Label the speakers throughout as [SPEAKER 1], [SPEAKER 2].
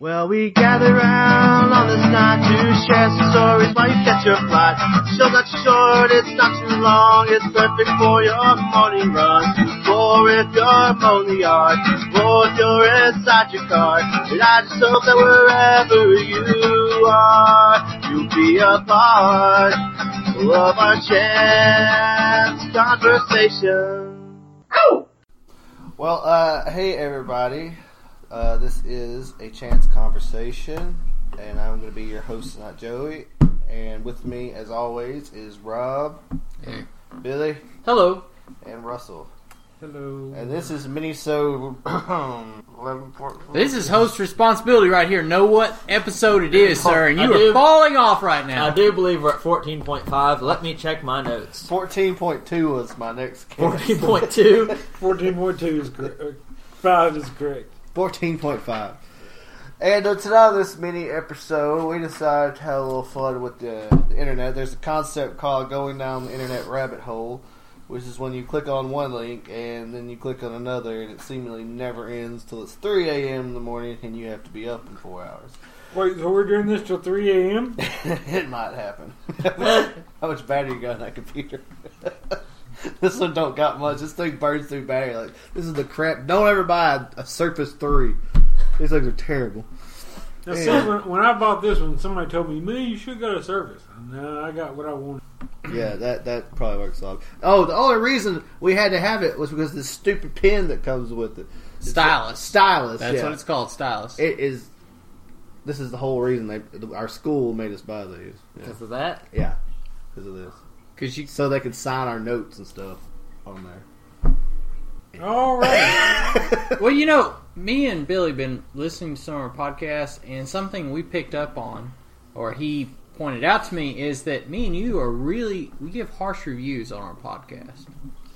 [SPEAKER 1] Well, we gather round on this night to share some stories while you catch your flight. Show's not too short, it's not too long, it's perfect for your morning run. For if you're mowing the yard, or if you're inside your car, and I just hope that wherever you are, you'll be a part of our chance conversation. Well, uh, hey everybody. Uh, this is a chance conversation, and I'm going to be your host tonight, Joey. And with me, as always, is Rob, Billy,
[SPEAKER 2] Hello.
[SPEAKER 1] and Russell.
[SPEAKER 3] Hello.
[SPEAKER 1] And this is Miniso eleven point.
[SPEAKER 2] This is host responsibility right here. Know what episode it is, sir, and
[SPEAKER 3] I
[SPEAKER 2] you are
[SPEAKER 3] do.
[SPEAKER 2] falling off right
[SPEAKER 3] I
[SPEAKER 2] now.
[SPEAKER 3] do believe we're at 14.5. Let me check my notes.
[SPEAKER 1] Fourteen point two was my next.
[SPEAKER 3] 14.2.
[SPEAKER 4] Fourteen point two is correct. Five is correct.
[SPEAKER 1] Fourteen point five. And uh, tonight, on this mini episode, we decided to have a little fun with the, the internet. There's a concept called going down the internet rabbit hole, which is when you click on one link and then you click on another, and it seemingly never ends till it's 3 a.m. in the morning and you have to be up in four hours.
[SPEAKER 4] Wait, so we're doing this till three a.m.
[SPEAKER 1] it might happen. How much battery you got on that computer? this one don't got much. This thing burns through battery. Like this is the crap. Don't ever buy a Surface Three. These things are terrible.
[SPEAKER 4] Now,
[SPEAKER 1] Yeah.
[SPEAKER 4] someone- when I bought this one, somebody told me, "Man, you should go to service." No, I got what I wanted.
[SPEAKER 1] Yeah, that that probably works out. Oh, the only reason we had to have it was because this stupid pen that comes with it. It's a-
[SPEAKER 2] Stylus.
[SPEAKER 1] Stylus.
[SPEAKER 2] That's
[SPEAKER 1] yeah.
[SPEAKER 2] what it's called, stylus.
[SPEAKER 1] It is. This is the whole reason they our school made us buy these. Yeah,
[SPEAKER 3] Because of that.
[SPEAKER 1] yeah, because of this.
[SPEAKER 2] Because you
[SPEAKER 1] So they could sign our notes and stuff on there.
[SPEAKER 4] All right.
[SPEAKER 2] Well, you know, me and Billy been listening to some of our podcasts, and something we picked up on, or he pointed out to me, is that me and you are really we give harsh reviews on our podcast.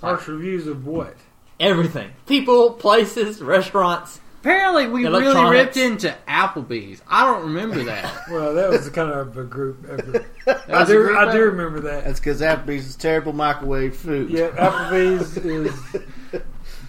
[SPEAKER 4] Harsh reviews of what?
[SPEAKER 3] Everything. People, places, restaurants.
[SPEAKER 2] Apparently, we really
[SPEAKER 3] Electronics.
[SPEAKER 2] ripped into Applebee's. I don't remember that.
[SPEAKER 4] Well, that was kind of a group effort. I
[SPEAKER 2] was a
[SPEAKER 4] do,
[SPEAKER 2] group
[SPEAKER 4] I do
[SPEAKER 2] effort?
[SPEAKER 4] remember that.
[SPEAKER 1] That's because Applebee's is terrible microwave food.
[SPEAKER 4] Yeah, Applebee's is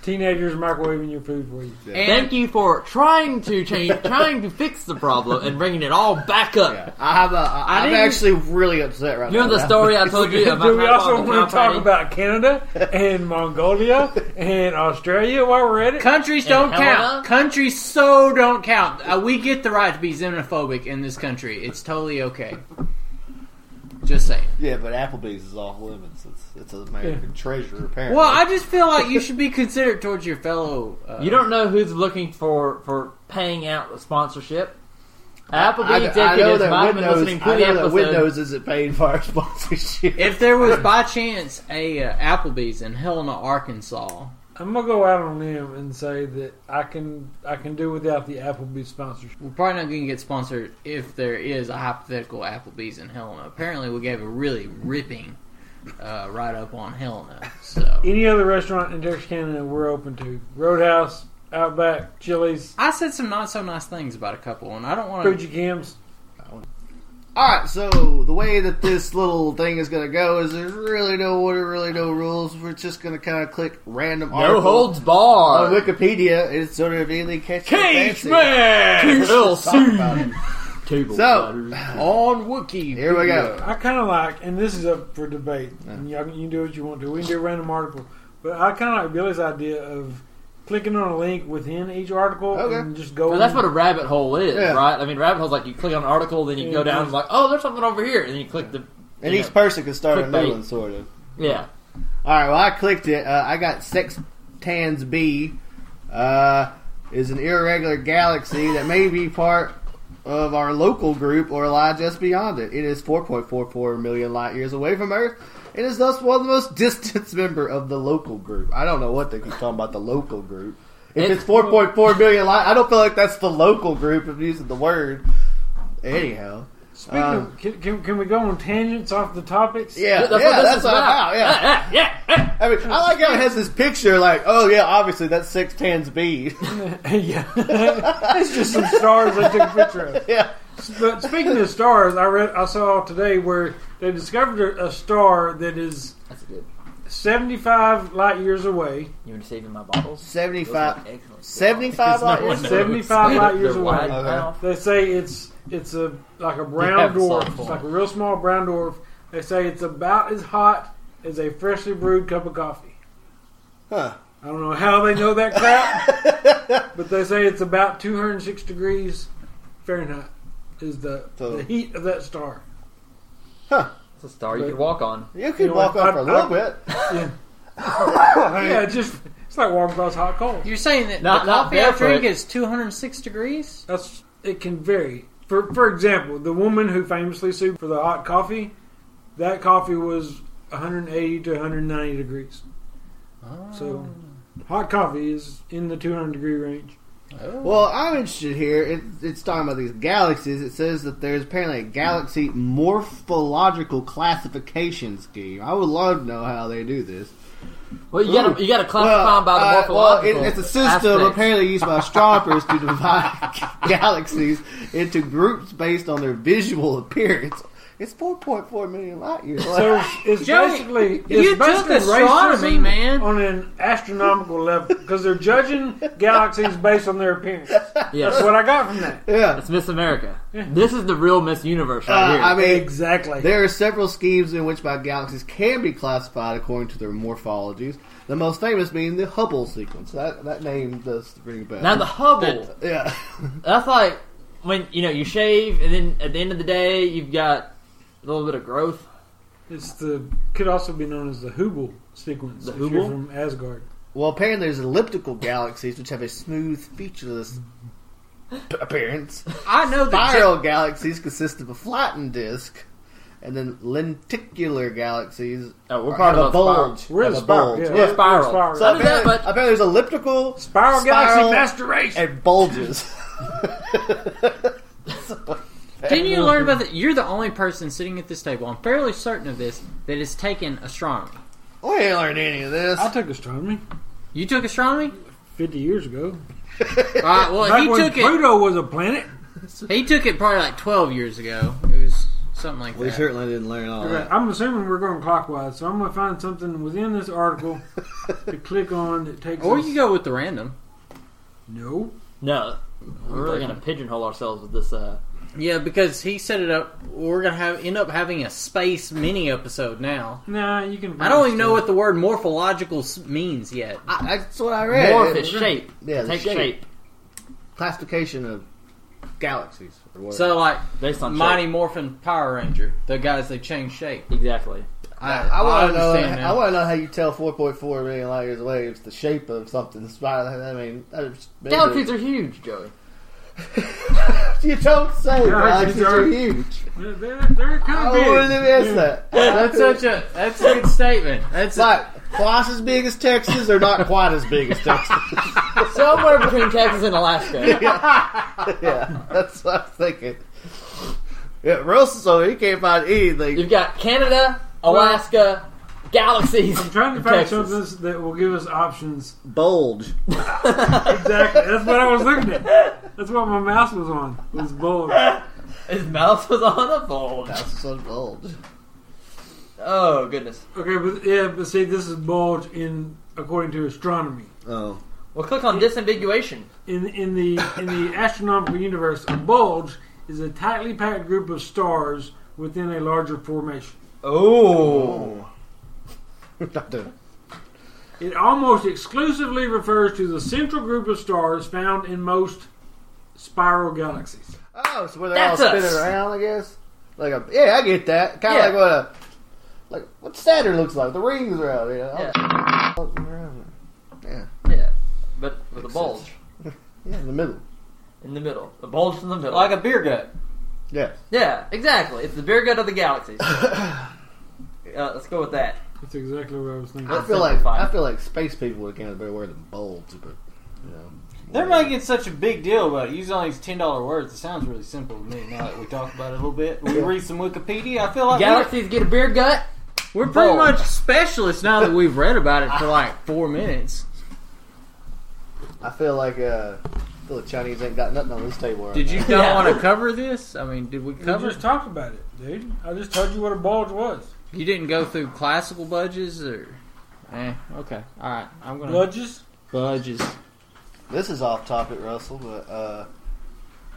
[SPEAKER 4] teenagers microwaving your food for you.
[SPEAKER 2] and
[SPEAKER 3] Thank you for trying to change, trying to fix the problem and bringing it all back up.
[SPEAKER 1] Yeah. I have a, I,
[SPEAKER 2] I
[SPEAKER 1] I'm
[SPEAKER 2] didn't-
[SPEAKER 1] actually really upset right
[SPEAKER 3] You
[SPEAKER 1] now.
[SPEAKER 3] know the story I told you about
[SPEAKER 4] Do we
[SPEAKER 3] my
[SPEAKER 4] also
[SPEAKER 3] father
[SPEAKER 4] want to talk
[SPEAKER 3] company?
[SPEAKER 4] about Canada and Mongolia and Australia while we're at it?
[SPEAKER 2] countries don't
[SPEAKER 3] And Helena?
[SPEAKER 2] count. Countries so don't count. Uh, we get the right to be xenophobic in this country. It's totally okay. Just saying.
[SPEAKER 1] Yeah, but Applebee's is off limits. It's, it's an American treasure, apparently.
[SPEAKER 2] Well, I just feel like you should be considerate towards your fellow. Uh,
[SPEAKER 3] You don't know who's looking for for paying out the sponsorship.
[SPEAKER 1] I,
[SPEAKER 3] Applebee
[SPEAKER 1] I know
[SPEAKER 3] executives might
[SPEAKER 1] that
[SPEAKER 3] have been
[SPEAKER 1] Windows.
[SPEAKER 3] listening to
[SPEAKER 1] I
[SPEAKER 3] the
[SPEAKER 1] know that
[SPEAKER 3] episode.
[SPEAKER 1] Windows isn't paying for our sponsorship.
[SPEAKER 2] If there was by chance a uh, Applebee's in Helena, Arkansas,
[SPEAKER 4] I'm gonna go out on a limb and say that I can I can do without the Applebee's sponsorship.
[SPEAKER 2] we're probably not going to get sponsored if there is a hypothetical Applebee's in Helena. Apparently, we gave a really ripping uh, write up on Helena. So
[SPEAKER 4] Any other restaurant in Texas, Canada, we're open to. Roadhouse, Outback, Chili's,
[SPEAKER 2] I said some not so nice things about a couple, and I don't want to.
[SPEAKER 4] Fuji Kim's.
[SPEAKER 1] All right, so the way that this little thing is going to go is there's really no order, really no rules. We're just going to kind of click random
[SPEAKER 3] No
[SPEAKER 1] articles
[SPEAKER 3] holds
[SPEAKER 1] on
[SPEAKER 3] barred.
[SPEAKER 1] Wikipedia. and It's sort of anything catch your
[SPEAKER 3] Cage
[SPEAKER 1] fancy.
[SPEAKER 3] match.
[SPEAKER 1] Let's talk about it.
[SPEAKER 3] Table
[SPEAKER 1] So-
[SPEAKER 3] platters.
[SPEAKER 2] On Wiki,
[SPEAKER 1] Here we go.
[SPEAKER 4] I kind of like, and this is up for debate. And y'all, can- you can do what you want to. We can do a random article, but I kind of like Billy's idea of clicking on a link within each article
[SPEAKER 1] Okay.
[SPEAKER 4] and just going.
[SPEAKER 3] Well, that's what a rabbit hole is,
[SPEAKER 1] Yeah. Mm-hmm.
[SPEAKER 3] right? I mean, rabbit hole's like you click on an article, then you go down, like, oh, there's something over here, and then you click the
[SPEAKER 1] And
[SPEAKER 3] you
[SPEAKER 1] each
[SPEAKER 3] know,
[SPEAKER 1] person can start a
[SPEAKER 3] Clickbait.
[SPEAKER 1] new one, sort of.
[SPEAKER 3] yeah.
[SPEAKER 1] All right. Well, I clicked it. Uh, I got Sex Tans B uh, is an irregular galaxy that may be part of our local group or lie just beyond it. It is 4.44 million light years away from Earth. It is thus one of the most distant member of the local group. I don't know what they keep talking about the local group. If
[SPEAKER 3] It's-
[SPEAKER 1] it's 4.4 million light, I don't feel like that's the local group. If using the word, anyhow.
[SPEAKER 4] Speaking
[SPEAKER 1] Um,
[SPEAKER 4] of, can, can, can we go on tangents off the topics?
[SPEAKER 1] Yeah,
[SPEAKER 3] That's
[SPEAKER 1] yeah,
[SPEAKER 3] what this
[SPEAKER 1] that's
[SPEAKER 3] is
[SPEAKER 1] what I'm
[SPEAKER 3] about.
[SPEAKER 1] about.
[SPEAKER 3] yeah,
[SPEAKER 1] Yeah.
[SPEAKER 3] yeah, yeah.
[SPEAKER 1] I mean, I like how it has this picture, like, oh yeah, obviously that's six tans B.
[SPEAKER 4] yeah. it's just some stars I took a picture of.
[SPEAKER 1] yeah,
[SPEAKER 4] But speaking of stars, I read I saw today where they discovered a star that is
[SPEAKER 3] That's good.
[SPEAKER 4] 75 light years away.
[SPEAKER 3] You want to save in my bottles?
[SPEAKER 1] 75
[SPEAKER 3] Those are excellent.
[SPEAKER 1] 75
[SPEAKER 3] Because
[SPEAKER 1] light years?
[SPEAKER 3] knows.
[SPEAKER 4] 75 light
[SPEAKER 3] They're
[SPEAKER 4] years away.
[SPEAKER 3] wide
[SPEAKER 1] Okay.
[SPEAKER 3] mouth.
[SPEAKER 4] They say it's it's a like a
[SPEAKER 3] Yeah,
[SPEAKER 4] brown
[SPEAKER 3] it's
[SPEAKER 4] dwarf.
[SPEAKER 3] awful.
[SPEAKER 4] It's like a real small brown dwarf. They say it's about as hot as a freshly brewed cup of coffee.
[SPEAKER 1] Huh.
[SPEAKER 4] I don't know how they know that crap, but they say it's about 206 degrees Fahrenheit is the,
[SPEAKER 1] So-
[SPEAKER 4] the heat of that star.
[SPEAKER 3] It's a star you could walk on.
[SPEAKER 1] You could
[SPEAKER 4] You know
[SPEAKER 1] walk
[SPEAKER 4] what?
[SPEAKER 1] on for a little
[SPEAKER 4] I-
[SPEAKER 1] bit.
[SPEAKER 4] Yeah, yeah it's just it's like walking across hot coal.
[SPEAKER 2] You're saying that
[SPEAKER 3] Not-
[SPEAKER 2] the
[SPEAKER 3] not
[SPEAKER 2] coffee I
[SPEAKER 3] barefoot.
[SPEAKER 2] drink is 206 degrees?
[SPEAKER 4] That's it can vary. For for example, the woman who famously sued for the hot coffee, that coffee was 180 to 190 degrees. So
[SPEAKER 2] Ah.
[SPEAKER 4] hot coffee is in the 200 degree range.
[SPEAKER 1] Well, I'm interested here. It, it's talking about these galaxies. It says that there's apparently a galaxy morphological classification scheme. I would love to know how they do this.
[SPEAKER 3] Well, you got
[SPEAKER 1] Ooh.
[SPEAKER 3] to you got to classify them by the
[SPEAKER 1] uh,
[SPEAKER 3] morphological.
[SPEAKER 1] well, it, it's a system
[SPEAKER 3] aspects.
[SPEAKER 1] apparently used by astronomers to divide galaxies into groups based on their visual appearance. It's 4.4 million light years.
[SPEAKER 4] So it's
[SPEAKER 2] Joey,
[SPEAKER 4] basically it's
[SPEAKER 2] you took
[SPEAKER 4] basically
[SPEAKER 2] astronomy,
[SPEAKER 4] racism
[SPEAKER 2] man.
[SPEAKER 4] on an astronomical level because they're judging galaxies based on their appearance.
[SPEAKER 3] Yes.
[SPEAKER 4] That's what I got from that.
[SPEAKER 1] yeah.
[SPEAKER 3] It's Miss America. This is the real Miss Universe right
[SPEAKER 1] Uh,
[SPEAKER 3] here.
[SPEAKER 1] I mean,
[SPEAKER 4] Exactly.
[SPEAKER 1] There are several schemes in which my galaxies can be classified according to their morphologies. The most famous being the Hubble sequence. That that name does ring a bell.
[SPEAKER 3] now the Hubble.
[SPEAKER 1] yeah,
[SPEAKER 3] That's like when you know you shave, and then at the end of the day, you've got a little bit of growth.
[SPEAKER 4] It's the could also be known as the Hubble sequence.
[SPEAKER 3] The
[SPEAKER 4] if you're
[SPEAKER 3] Hubble?
[SPEAKER 4] from Asgard.
[SPEAKER 1] well, apparently there's elliptical galaxies which have a smooth, featureless p- appearance.
[SPEAKER 2] I know that.
[SPEAKER 1] Spiral galaxies consist of a flattened disk, and then lenticular galaxies
[SPEAKER 3] Oh, we're
[SPEAKER 1] are-
[SPEAKER 3] part
[SPEAKER 1] have
[SPEAKER 3] of
[SPEAKER 1] a
[SPEAKER 3] the spiral.
[SPEAKER 1] bulge.
[SPEAKER 4] We're in
[SPEAKER 1] have a
[SPEAKER 4] spiral.
[SPEAKER 1] bulge.
[SPEAKER 4] Yeah,
[SPEAKER 1] Yeah.
[SPEAKER 4] we're in
[SPEAKER 3] Spiral.
[SPEAKER 4] spiral.
[SPEAKER 1] So
[SPEAKER 3] I did that,
[SPEAKER 1] apparently,
[SPEAKER 3] but-
[SPEAKER 1] apparently there's elliptical,
[SPEAKER 4] Spiral,
[SPEAKER 1] Spiral.
[SPEAKER 4] galaxy masturbation.
[SPEAKER 1] and bulges.
[SPEAKER 2] Didn't you learn about that? You're the only person sitting at this table, I'm fairly certain of this, that has taken astronomy.
[SPEAKER 1] we ain't learned any of this.
[SPEAKER 4] I took astronomy
[SPEAKER 2] You took astronomy?
[SPEAKER 4] 50 years ago.
[SPEAKER 2] All right, well,
[SPEAKER 4] Back
[SPEAKER 2] he
[SPEAKER 4] when
[SPEAKER 2] took it.
[SPEAKER 4] Pluto was a planet.
[SPEAKER 2] He took it probably like 12 years ago. It was something like
[SPEAKER 1] We
[SPEAKER 2] that.
[SPEAKER 1] certainly didn't learn all
[SPEAKER 4] Okay,
[SPEAKER 1] that.
[SPEAKER 4] I'm assuming we're going clockwise, so I'm going to find something within this article to click on that takes
[SPEAKER 2] Or
[SPEAKER 4] us.
[SPEAKER 2] Oh, you go with the random.
[SPEAKER 4] No.
[SPEAKER 3] No, we're really gonna pigeonhole ourselves with this. Uh,
[SPEAKER 2] Yeah, because he set it up. We're gonna have end up having a space mini episode now.
[SPEAKER 4] Nah, you can.
[SPEAKER 2] I don't even know what the word morphological s- means yet.
[SPEAKER 1] That's what I read.
[SPEAKER 3] morph is
[SPEAKER 1] It-
[SPEAKER 3] shape.
[SPEAKER 1] Yeah, the
[SPEAKER 3] take
[SPEAKER 1] shape.
[SPEAKER 3] shape.
[SPEAKER 1] Classification of galaxies. Or whatever.
[SPEAKER 2] So like
[SPEAKER 3] based on
[SPEAKER 2] Mighty
[SPEAKER 3] shape.
[SPEAKER 2] Morphin Power Ranger, the guys they change shape.
[SPEAKER 3] Exactly.
[SPEAKER 1] I, I want to know.
[SPEAKER 2] understand now.
[SPEAKER 1] I want to know how you tell 4.4 million light years away is the shape of something. It's fine. I mean, I just- maybe-
[SPEAKER 3] Galaxies are huge, Joey.
[SPEAKER 1] You don't say
[SPEAKER 4] Galaxies
[SPEAKER 1] galaxies are
[SPEAKER 4] are-
[SPEAKER 1] huge.
[SPEAKER 4] They're, they're
[SPEAKER 1] I
[SPEAKER 4] kind
[SPEAKER 1] wouldn't
[SPEAKER 4] of
[SPEAKER 1] have
[SPEAKER 4] big.
[SPEAKER 1] missed that.
[SPEAKER 2] That's such a that's a good statement. That's
[SPEAKER 1] It's like twice as big as Texas, or not quite as big as Texas.
[SPEAKER 3] Somewhere between Texas and Alaska.
[SPEAKER 1] yeah, that's what I'm thinking. Yeah, Russell, so he can't find anything.
[SPEAKER 3] You've got Canada, Alaska, galaxies.
[SPEAKER 4] I'm trying to
[SPEAKER 3] and
[SPEAKER 4] find
[SPEAKER 3] Texas.
[SPEAKER 4] something that will give us options.
[SPEAKER 1] Bulge.
[SPEAKER 4] Exactly. That's what I was looking at. That's what my mouse was on. Was bold.
[SPEAKER 3] His mouth was on a bulge.
[SPEAKER 1] That's on bulge.
[SPEAKER 3] Oh goodness.
[SPEAKER 4] Okay, but yeah, but see, this is bold in according to astronomy.
[SPEAKER 1] Oh.
[SPEAKER 3] Well, click on disambiguation.
[SPEAKER 4] In in the in the astronomical universe, a bulge is a tightly packed group of stars within a larger formation.
[SPEAKER 3] Oh.
[SPEAKER 4] It almost exclusively refers to the central group of stars found in most spiral galaxies.
[SPEAKER 1] Oh, so where they're
[SPEAKER 3] That's
[SPEAKER 1] all spinning
[SPEAKER 3] us.
[SPEAKER 1] around, I guess. Like a yeah, I get that. Kind
[SPEAKER 3] Yeah.
[SPEAKER 1] of like what a like what Saturn looks like. The rings around it. Yeah.
[SPEAKER 3] Yeah.
[SPEAKER 1] all around
[SPEAKER 3] yeah. But with a bulge
[SPEAKER 1] it. yeah, in the middle.
[SPEAKER 3] in the middle. A bulge in the middle.
[SPEAKER 2] like a beer gut.
[SPEAKER 1] Yeah.
[SPEAKER 3] yeah, exactly. It's the beer gut of the galaxies. uh, let's go with that.
[SPEAKER 4] That's exactly what I was thinking.
[SPEAKER 1] I
[SPEAKER 3] That's
[SPEAKER 1] feel like
[SPEAKER 3] simplified.
[SPEAKER 1] I feel like space people would kind of better wear the bulge, but you know.
[SPEAKER 2] They're
[SPEAKER 1] whatever.
[SPEAKER 2] making such a big deal about it. using all these ten dollar words. It sounds really simple to me now that we talk about it a little bit. We read some Wikipedia. I feel like we're,
[SPEAKER 3] Galaxies get a beer gut.
[SPEAKER 2] we're pretty
[SPEAKER 3] Bulge.
[SPEAKER 2] much specialists now that we've read about it for like four minutes.
[SPEAKER 1] I feel like uh, I feel the Chinese ain't got nothing on this table. Right
[SPEAKER 2] Did you
[SPEAKER 1] now.
[SPEAKER 2] not
[SPEAKER 3] Yeah.
[SPEAKER 2] want to cover this? I mean, did we
[SPEAKER 4] We
[SPEAKER 2] cover?
[SPEAKER 4] just talked about it, dude. I just told you what a bulge was.
[SPEAKER 2] You didn't go through classical budges or Eh, okay. All right. I'm gonna
[SPEAKER 4] Bludges?
[SPEAKER 2] budges.
[SPEAKER 1] This is off topic, Russell, but uh,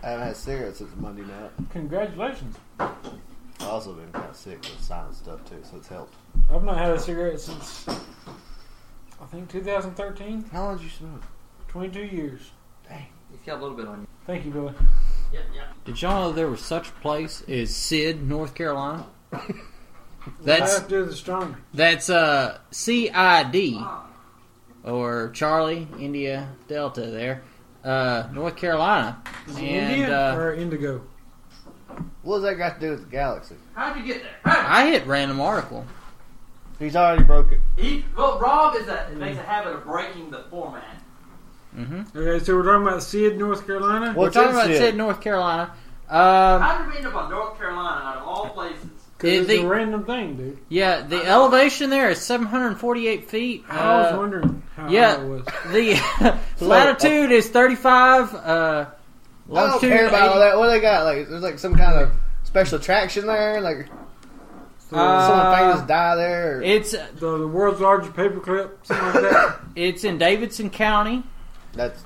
[SPEAKER 1] I haven't had cigarettes since Monday night.
[SPEAKER 4] Congratulations.
[SPEAKER 1] I've also been kind of sick with sinus stuff too, so it's helped.
[SPEAKER 4] I've not had a cigarette since, I think, 2013.
[SPEAKER 1] How long did you smoke?
[SPEAKER 4] 22 years.
[SPEAKER 3] He's got a little bit on you.
[SPEAKER 4] Thank you, Billy.
[SPEAKER 3] Yeah, yeah.
[SPEAKER 2] Did y'all know there was such a place as Sid, North Carolina?
[SPEAKER 4] I
[SPEAKER 2] That's
[SPEAKER 4] have to do the astronomy.
[SPEAKER 2] that's uh C I D or Charlie India Delta there, uh, North Carolina,
[SPEAKER 4] Is it
[SPEAKER 2] and
[SPEAKER 4] India
[SPEAKER 2] uh,
[SPEAKER 4] or Indigo?
[SPEAKER 1] What does that got to do with the galaxy?
[SPEAKER 3] How'd you get there? How?
[SPEAKER 2] I hit random article.
[SPEAKER 1] He's already broke it.
[SPEAKER 3] He, well, Rob is a makes a habit of breaking the format.
[SPEAKER 2] Mm-hmm.
[SPEAKER 4] Okay, so we're talking about Sid, North Carolina.
[SPEAKER 2] We're
[SPEAKER 1] What's
[SPEAKER 2] talking
[SPEAKER 1] in
[SPEAKER 2] about
[SPEAKER 1] Sid?
[SPEAKER 2] Sid, North Carolina. Um,
[SPEAKER 3] How did we end up on North Carolina out of all places?
[SPEAKER 4] 'Cause
[SPEAKER 2] It-
[SPEAKER 4] it's
[SPEAKER 2] they-
[SPEAKER 4] a random thing, dude.
[SPEAKER 2] yeah, the elevation there is 748 feet.
[SPEAKER 4] I was
[SPEAKER 2] Uh,
[SPEAKER 4] wondering how
[SPEAKER 2] yeah.
[SPEAKER 4] high it was.
[SPEAKER 2] The latitude is 35. Uh,
[SPEAKER 1] I don't
[SPEAKER 2] longitude
[SPEAKER 1] care about all
[SPEAKER 2] 80
[SPEAKER 1] that. What they got? Like, there's like some kind of special attraction there. Like, someone
[SPEAKER 2] Uh,
[SPEAKER 1] famous die there. Or,
[SPEAKER 2] It's
[SPEAKER 4] The, the world's largest paperclip, something like that.
[SPEAKER 2] it's in Davidson County.
[SPEAKER 1] that's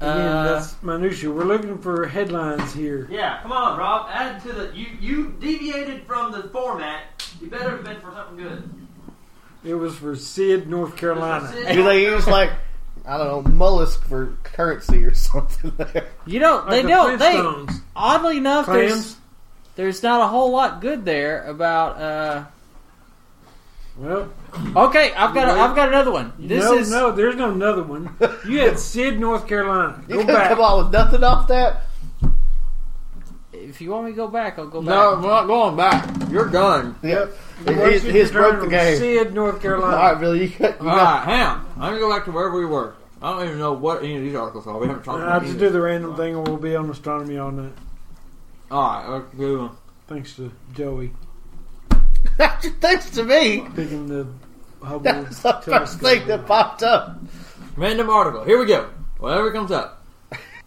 [SPEAKER 4] Again,
[SPEAKER 2] Uh,
[SPEAKER 4] that's minutia. We're looking for headlines here.
[SPEAKER 3] Yeah, come on, Rob. Add to the you you deviated from the format. You better have been for something good.
[SPEAKER 4] It was for Sid, North Carolina.
[SPEAKER 1] do they use like I don't know mollusk for currency or something there?
[SPEAKER 2] you know
[SPEAKER 4] Like
[SPEAKER 2] they
[SPEAKER 4] the
[SPEAKER 2] don't. They
[SPEAKER 4] Flintstones.
[SPEAKER 2] oddly enough,
[SPEAKER 4] Clams.
[SPEAKER 2] there's there's not a whole lot good there about. Uh,
[SPEAKER 4] Well,
[SPEAKER 2] okay, I've got a, I've got another one. This
[SPEAKER 4] no,
[SPEAKER 2] is
[SPEAKER 4] no, there's no another one. You had Sid, North Carolina.
[SPEAKER 1] You
[SPEAKER 4] Go
[SPEAKER 1] couldn't
[SPEAKER 4] back.
[SPEAKER 1] come out with nothing off that.
[SPEAKER 2] if you want me to go back, I'll go back.
[SPEAKER 5] No, we're not going back. You're done.
[SPEAKER 1] Yep,
[SPEAKER 4] Once
[SPEAKER 1] he's,
[SPEAKER 4] you
[SPEAKER 1] he's
[SPEAKER 4] return
[SPEAKER 1] broke the
[SPEAKER 4] from
[SPEAKER 1] game.
[SPEAKER 4] Sid, North
[SPEAKER 1] All
[SPEAKER 4] Carolina.
[SPEAKER 1] right, Billy, you got, you
[SPEAKER 5] uh, All
[SPEAKER 1] got
[SPEAKER 5] right, Ham. I'm gonna go back to where we were. I don't even know what any of these articles are. We haven't talked
[SPEAKER 4] I'll
[SPEAKER 5] about
[SPEAKER 4] just do
[SPEAKER 5] these.
[SPEAKER 4] the random thing, and we'll be on astronomy all night.
[SPEAKER 5] All right, okay, good one.
[SPEAKER 4] Thanks to Joey
[SPEAKER 1] thanks to me.
[SPEAKER 4] picking the Hubble
[SPEAKER 1] That was the first thing that popped up.
[SPEAKER 5] Random article. Here we go. Whatever comes up.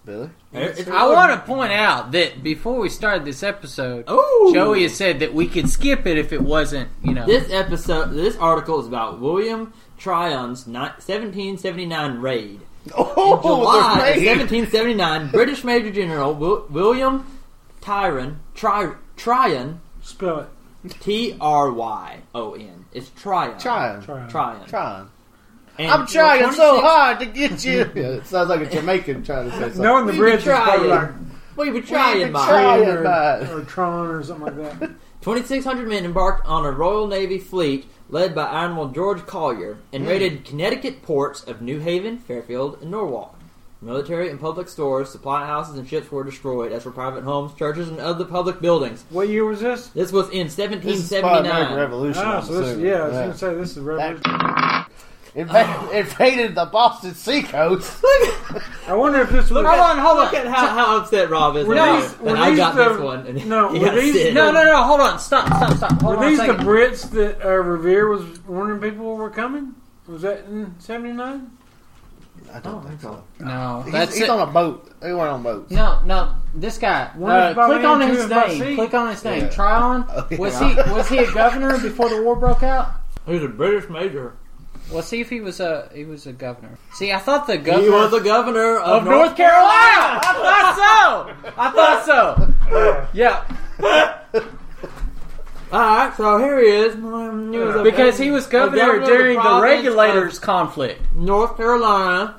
[SPEAKER 1] Billy,
[SPEAKER 5] It- it's-
[SPEAKER 2] I want to point out that before we started this episode,
[SPEAKER 5] Oh,
[SPEAKER 2] Joey has said that we could skip it if it wasn't, you know.
[SPEAKER 3] This episode, this article is about William Tryon's ni- 1779 raid.
[SPEAKER 1] oh,
[SPEAKER 3] July
[SPEAKER 1] the
[SPEAKER 3] of
[SPEAKER 1] raid.
[SPEAKER 3] 1779, British Major General Wil- William Tyron Try- Tryon
[SPEAKER 4] Spell it.
[SPEAKER 3] T R Y O N. It's Tryon.
[SPEAKER 1] Trying,
[SPEAKER 4] Try.
[SPEAKER 3] Tryon.
[SPEAKER 1] trying.
[SPEAKER 3] And
[SPEAKER 1] I'm trying
[SPEAKER 3] on
[SPEAKER 1] so
[SPEAKER 3] 26
[SPEAKER 1] hard to get you. yeah, it sounds like a Jamaican trying to say something.
[SPEAKER 4] Knowing the
[SPEAKER 3] We
[SPEAKER 4] bridge is
[SPEAKER 3] tried it.
[SPEAKER 4] probably like
[SPEAKER 3] We've been trying,
[SPEAKER 1] been
[SPEAKER 3] Mike.
[SPEAKER 1] trying.
[SPEAKER 4] Tron
[SPEAKER 1] it, bud.
[SPEAKER 4] or, or Tron or something like that.
[SPEAKER 3] 2,600 men embarked on a Royal Navy fleet led by Admiral George Collier and raided Connecticut ports of New Haven, Fairfield, and Norwalk. Military and public stores, supply houses, and ships were destroyed, as were private homes, churches, and other public buildings.
[SPEAKER 4] What year was this?
[SPEAKER 3] This was in
[SPEAKER 1] This is part of the
[SPEAKER 3] 1779.
[SPEAKER 1] American Revolution.
[SPEAKER 4] Ah,
[SPEAKER 1] I'm
[SPEAKER 4] so this,
[SPEAKER 1] assuming.
[SPEAKER 4] yeah, I was gonna say this is revolution.
[SPEAKER 1] Inva- invaded the Boston seacoast.
[SPEAKER 4] I wonder if this was.
[SPEAKER 2] hold on, hold
[SPEAKER 3] Oh, Look
[SPEAKER 2] on.
[SPEAKER 3] at how, how upset Rob is.
[SPEAKER 4] Were
[SPEAKER 3] about
[SPEAKER 4] these-
[SPEAKER 3] it.
[SPEAKER 4] were
[SPEAKER 3] and I
[SPEAKER 4] these
[SPEAKER 3] got
[SPEAKER 4] the-
[SPEAKER 3] this one. And
[SPEAKER 4] no,
[SPEAKER 3] he
[SPEAKER 4] were
[SPEAKER 3] got
[SPEAKER 4] these
[SPEAKER 3] sick.
[SPEAKER 2] no, no, no, hold on. Stop, stop, stop.
[SPEAKER 4] were
[SPEAKER 2] Hold on a
[SPEAKER 4] these the
[SPEAKER 2] second.
[SPEAKER 4] Brits that uh, Revere was warning people were coming? Was that in '79?
[SPEAKER 1] I don't think so.
[SPEAKER 2] no,
[SPEAKER 1] He's,
[SPEAKER 2] that's
[SPEAKER 1] he's
[SPEAKER 2] it.
[SPEAKER 1] on a boat. They weren't on boats.
[SPEAKER 2] No, no, this guy.
[SPEAKER 4] One
[SPEAKER 2] Uh,
[SPEAKER 4] is by
[SPEAKER 2] click
[SPEAKER 4] land,
[SPEAKER 2] on
[SPEAKER 4] two
[SPEAKER 2] his
[SPEAKER 4] is by
[SPEAKER 2] name.
[SPEAKER 4] sea.
[SPEAKER 2] Click on his name.
[SPEAKER 1] Yeah.
[SPEAKER 2] Tryon.
[SPEAKER 1] Oh, yeah.
[SPEAKER 2] Was he was he a governor before the war broke out?
[SPEAKER 5] He's a British major.
[SPEAKER 2] Well, see if he was a he was a governor. See, I thought the
[SPEAKER 5] He
[SPEAKER 2] governor
[SPEAKER 5] was the governor of,
[SPEAKER 2] of North Carolina. I thought so. I thought so. Yeah,
[SPEAKER 5] All right, so here he is. He was a-
[SPEAKER 2] because he was governor
[SPEAKER 5] of the
[SPEAKER 2] during the
[SPEAKER 5] province
[SPEAKER 2] regulators' conflict.
[SPEAKER 5] North Carolina.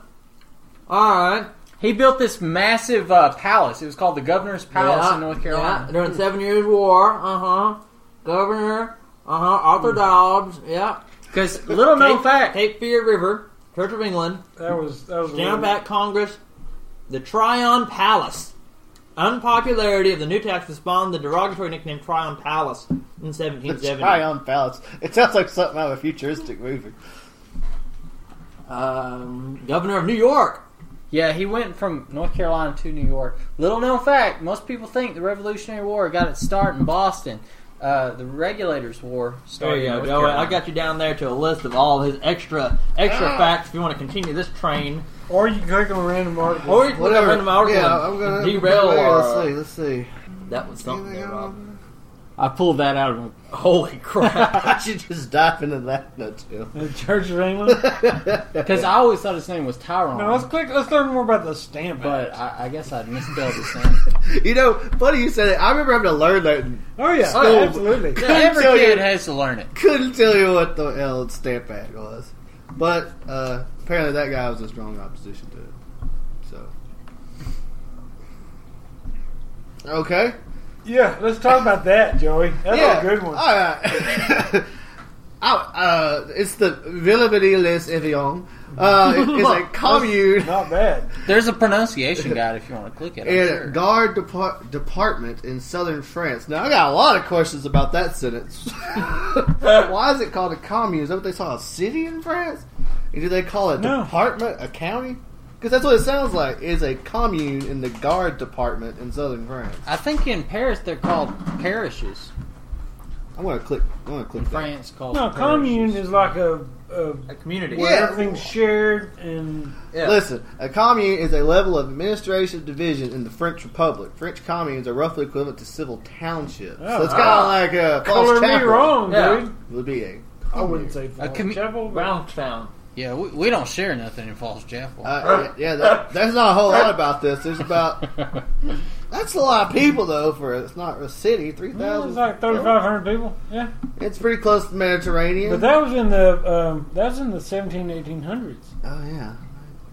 [SPEAKER 5] All right.
[SPEAKER 2] He built this massive uh, palace. It was called the Governor's Palace
[SPEAKER 5] Yeah,
[SPEAKER 2] in North
[SPEAKER 5] yeah,
[SPEAKER 2] Carolina. Hmm.
[SPEAKER 5] during the Seven Years' War. Uh huh. Governor. Uh huh. Arthur
[SPEAKER 2] Hmm.
[SPEAKER 5] Dobbs. Yeah.
[SPEAKER 2] Because little known
[SPEAKER 5] Cape-
[SPEAKER 2] fact,
[SPEAKER 5] Cape Fear River. Church of England.
[SPEAKER 4] That was that was.
[SPEAKER 5] Downback Congress. The Tryon Palace. Unpopularity of the new taxes spawned the derogatory nickname Tryon Palace in 1770.
[SPEAKER 1] Tryon Palace. It sounds like something out of a futuristic movie.
[SPEAKER 5] Um, governor of New York.
[SPEAKER 2] yeah, he went from North Carolina to New York. Little known fact, most people think the Revolutionary War got its start in Boston. Uh, the Regulators' War
[SPEAKER 5] There
[SPEAKER 2] started.
[SPEAKER 5] you
[SPEAKER 2] in
[SPEAKER 5] go,
[SPEAKER 2] North
[SPEAKER 5] Joey. I
[SPEAKER 2] Carolina.
[SPEAKER 5] got you down there to a list of all his extra extra facts if you want to continue this train.
[SPEAKER 4] Or you can click on random articles.
[SPEAKER 5] Or you can look up random article
[SPEAKER 1] Yeah,
[SPEAKER 5] and
[SPEAKER 1] I'm gonna
[SPEAKER 5] derail
[SPEAKER 1] Let's
[SPEAKER 5] our-
[SPEAKER 1] see. Let's see.
[SPEAKER 5] That was something there,
[SPEAKER 1] Anything
[SPEAKER 5] Rob.
[SPEAKER 1] on-
[SPEAKER 2] I pulled that out of him.
[SPEAKER 5] Holy crap!
[SPEAKER 1] I should just dive into that nut too.
[SPEAKER 4] The Church of England.
[SPEAKER 2] Because I always thought his name was Tyrone.
[SPEAKER 4] now let's click. Let's learn more about the stamp.
[SPEAKER 2] but
[SPEAKER 4] Act.
[SPEAKER 2] I, I guess I misspelled his name.
[SPEAKER 1] You know, funny you said it. I remember having to learn that. and
[SPEAKER 4] oh yeah,
[SPEAKER 1] School.
[SPEAKER 4] absolutely.
[SPEAKER 2] Every
[SPEAKER 1] tell you-
[SPEAKER 2] kid has to learn it.
[SPEAKER 1] Couldn't tell you what the hell stamp act was, but uh, apparently that guy was in strong opposition to it. So, okay.
[SPEAKER 4] Yeah, let's talk about that, Joey. That's
[SPEAKER 1] yeah.
[SPEAKER 4] a good
[SPEAKER 1] All
[SPEAKER 4] one.
[SPEAKER 1] right. I, uh, it's the Villeville les Evian. Uh, it- it's a commune
[SPEAKER 4] Not bad.
[SPEAKER 2] There's a pronunciation guide if you want to click it. I'm
[SPEAKER 1] in
[SPEAKER 2] sure.
[SPEAKER 1] Gard Depar- Department in southern France. Now, I got a lot of questions about that sentence. Why is it called a commune? Is that what they saw a city in France? And do they call it
[SPEAKER 4] No.
[SPEAKER 1] department a county? Because that's what it sounds like. Is a commune in the Gard Department in southern France.
[SPEAKER 2] I think in Paris they're called parishes.
[SPEAKER 1] I'm gonna click. I'm gonna click
[SPEAKER 2] In
[SPEAKER 1] that.
[SPEAKER 2] France, called
[SPEAKER 4] No,
[SPEAKER 2] parishes.
[SPEAKER 4] commune is like a, a
[SPEAKER 5] A community.
[SPEAKER 4] where
[SPEAKER 1] Yeah.
[SPEAKER 4] everything's shared and
[SPEAKER 5] Yeah.
[SPEAKER 1] Listen, a commune is a level of administrative division in the French Republic. French communes are roughly equivalent to civil townships. so it's kind of
[SPEAKER 5] Ah.
[SPEAKER 1] like a false
[SPEAKER 4] color me
[SPEAKER 1] chapel.
[SPEAKER 4] wrong,
[SPEAKER 5] Yeah.
[SPEAKER 4] dude.
[SPEAKER 1] Would be a.
[SPEAKER 4] I wouldn't say
[SPEAKER 2] A
[SPEAKER 4] false
[SPEAKER 2] commu-
[SPEAKER 4] chapel, but
[SPEAKER 5] Round town.
[SPEAKER 2] Yeah, we, we don't share nothing in Falls Chapel.
[SPEAKER 1] Uh, yeah, yeah, that, there's not a whole lot about this. There's about that's a lot of people though for it's not a city. Three
[SPEAKER 4] well,
[SPEAKER 1] thousand.
[SPEAKER 4] it's like thirty five hundred people. Yeah,
[SPEAKER 1] It's pretty close to the Mediterranean.
[SPEAKER 4] but that was in the um, that was in the 17, 1800s.
[SPEAKER 1] oh yeah.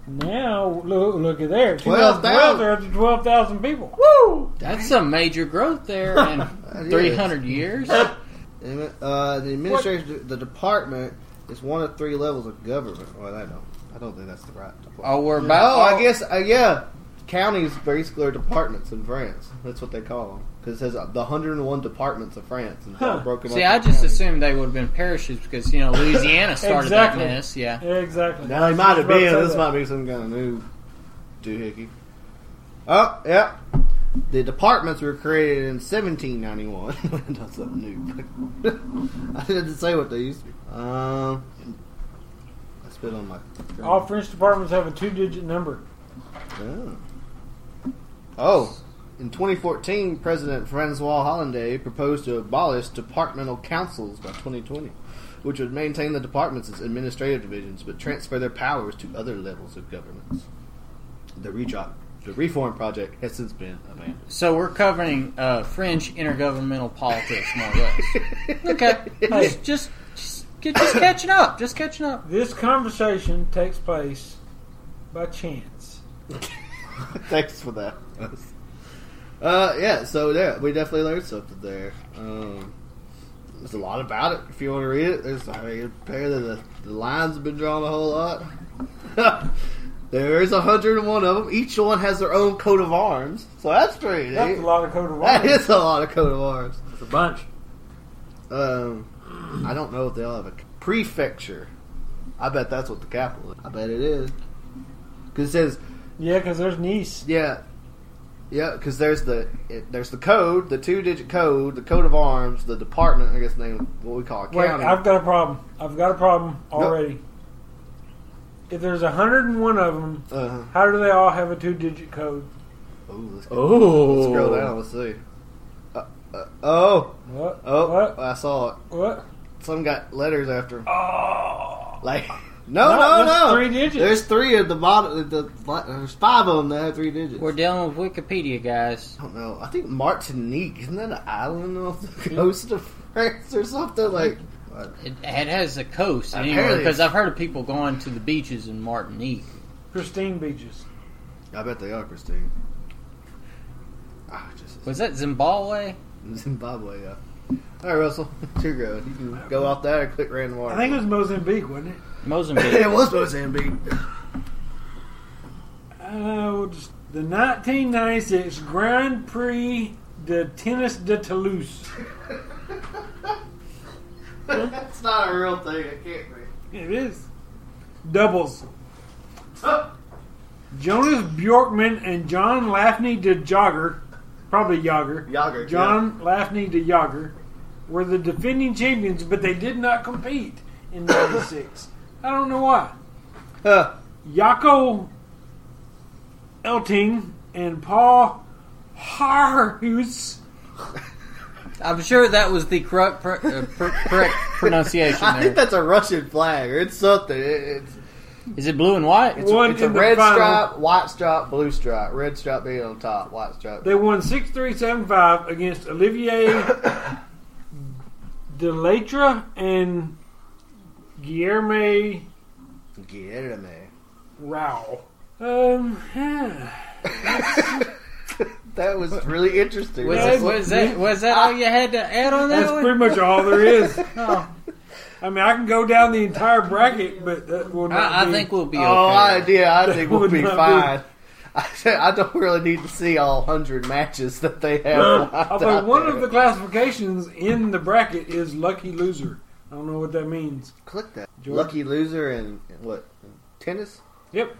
[SPEAKER 4] Now look, look at there.
[SPEAKER 1] 12,000.
[SPEAKER 4] 2012, they're up to twelve thousand people.
[SPEAKER 1] Woo.
[SPEAKER 2] That's some major growth there in
[SPEAKER 1] is.
[SPEAKER 2] 300 years.
[SPEAKER 1] Uh, the administration, the department is one of three levels of government. Well, I don't. I don't think that's the right. Department.
[SPEAKER 2] Oh, we're about.
[SPEAKER 1] Oh, I guess uh, yeah. Counties basically are departments in France. That's what they call them because it says uh, the 101 departments of France and it's all
[SPEAKER 4] Huh.
[SPEAKER 1] broken
[SPEAKER 2] See,
[SPEAKER 1] up.
[SPEAKER 2] I
[SPEAKER 1] into
[SPEAKER 2] just
[SPEAKER 1] counties.
[SPEAKER 2] assumed they would have been parishes because you know Louisiana started
[SPEAKER 4] Exactly.
[SPEAKER 2] that mess. Yeah,
[SPEAKER 4] Yeah, exactly.
[SPEAKER 1] Now they
[SPEAKER 4] That's
[SPEAKER 1] might have
[SPEAKER 4] what
[SPEAKER 1] been.
[SPEAKER 4] I was about to
[SPEAKER 1] This
[SPEAKER 4] say
[SPEAKER 1] might be some kind of new doohickey. Oh, yeah. The departments were created in 1791. That's something new. I didn't say what they used to be. Um, I spit on my.
[SPEAKER 4] that. All French departments have a two digit number.
[SPEAKER 1] Oh. Oh, in 2014, President Francois Hollande proposed to abolish departmental councils by 2020, which would maintain the departments as administrative divisions but transfer their powers to other levels of governments. The redrop, the reform project has since been abandoned.
[SPEAKER 2] so we're covering uh, French intergovernmental politics more or less. Okay, just, just, just, get- just catching up, just catching up.
[SPEAKER 4] This conversation takes place by chance.
[SPEAKER 1] Thanks for that. Uh, yeah, so yeah, we definitely learned something there. Um, there's a lot about it if you want to read it. There's, I mean, apparently the, the lines have been drawn a whole lot. there's 101 of them. Each one has their own coat of arms, so that's pretty neat.
[SPEAKER 4] That's a lot of code of
[SPEAKER 1] That
[SPEAKER 4] honor.
[SPEAKER 1] is a lot of coat of arms.
[SPEAKER 5] It's a bunch.
[SPEAKER 1] Um, I don't know if they'll have a prefecture. I bet that's what the capital is. I bet it is. Because it says
[SPEAKER 4] Yeah, because there's Nice.
[SPEAKER 1] Yeah, yeah, because there's the it, there's the code, the two digit code, the coat of arms, the department. I guess name what we call a
[SPEAKER 4] Wait,
[SPEAKER 1] county.
[SPEAKER 4] I've got a problem. I've got a problem already. If there's 101 of them,
[SPEAKER 1] uh,
[SPEAKER 4] how do they all have a two digit code?
[SPEAKER 1] oh, let's, go-
[SPEAKER 5] Oh.
[SPEAKER 1] let's scroll down. Let's see. Uh, uh, oh,
[SPEAKER 4] What?
[SPEAKER 1] oh,
[SPEAKER 4] What?
[SPEAKER 1] I saw it.
[SPEAKER 4] What?
[SPEAKER 1] Some got letters after 'em.
[SPEAKER 4] Oh.
[SPEAKER 1] Like no,
[SPEAKER 4] No,
[SPEAKER 1] no,
[SPEAKER 4] there's
[SPEAKER 1] no.
[SPEAKER 4] three digits.
[SPEAKER 1] There's three at the bottom. The, the, there's five of them that have three digits.
[SPEAKER 2] We're dealing with Wikipedia, guys.
[SPEAKER 1] I don't know. I think Martinique isn't that an island off the coast of France or something like.
[SPEAKER 2] It, it has a coast anyway
[SPEAKER 1] Apparently
[SPEAKER 2] because
[SPEAKER 1] it's-
[SPEAKER 2] I've heard of people going to the beaches in Martinique.
[SPEAKER 4] Christine Beaches.
[SPEAKER 1] I bet they are, Christine. Ah, just
[SPEAKER 2] Was that Zimbabwe?
[SPEAKER 1] Zimbabwe, yeah. All right, Russell, it's your go. You can go off that or click random water.
[SPEAKER 4] I think it was Mozambique, wasn't it?
[SPEAKER 2] Mozambique.
[SPEAKER 1] it was Mozambique.
[SPEAKER 4] Uh, we'll just, the 1996 Grand Prix de Tennis de Toulouse.
[SPEAKER 1] That's not a real thing. It can't be.
[SPEAKER 4] It is. Doubles.
[SPEAKER 1] Oh,
[SPEAKER 4] Jonas Bjorkman and John Lafney de Jogger, probably Yager.
[SPEAKER 1] Yager,
[SPEAKER 4] John Lafney de Yager were the defending champions, but they did not compete in 96. I don't know why.
[SPEAKER 1] Huh.
[SPEAKER 4] Jaco Elting and Paul Harhus
[SPEAKER 2] I'm sure that was the correct, pr- uh, pr- correct pronunciation
[SPEAKER 1] I think
[SPEAKER 2] there.
[SPEAKER 1] that's a Russian flag or it's something. It, it's
[SPEAKER 2] Is it blue and white?
[SPEAKER 1] it's,
[SPEAKER 4] One
[SPEAKER 1] it's a
[SPEAKER 4] in the
[SPEAKER 1] red
[SPEAKER 4] final.
[SPEAKER 1] stripe, white stripe, blue stripe. Red stripe being on top, white stripe.
[SPEAKER 4] They won six three seven five against Olivier Delatre and Guillermo
[SPEAKER 1] Get it, man.
[SPEAKER 4] Rao. Um,
[SPEAKER 1] That was really interesting.
[SPEAKER 2] Was,
[SPEAKER 4] Yeah,
[SPEAKER 2] it, was that was that all you had to add on that
[SPEAKER 4] that's
[SPEAKER 2] one?
[SPEAKER 4] pretty much all there is. I mean, I can go down the entire bracket, but that will not
[SPEAKER 2] I, I
[SPEAKER 4] be-
[SPEAKER 2] think we'll be
[SPEAKER 1] oh,
[SPEAKER 2] okay.
[SPEAKER 1] I, yeah, I think we'll
[SPEAKER 4] would
[SPEAKER 1] be
[SPEAKER 4] not be-
[SPEAKER 1] fine. I said I don't really need to see all hundred matches that they have. lined
[SPEAKER 4] Although
[SPEAKER 1] out
[SPEAKER 4] one
[SPEAKER 1] there.
[SPEAKER 4] of the classifications in the bracket is lucky loser. I don't know what that means.
[SPEAKER 1] click that
[SPEAKER 4] George.
[SPEAKER 1] lucky loser and and what tennis?
[SPEAKER 4] Yep.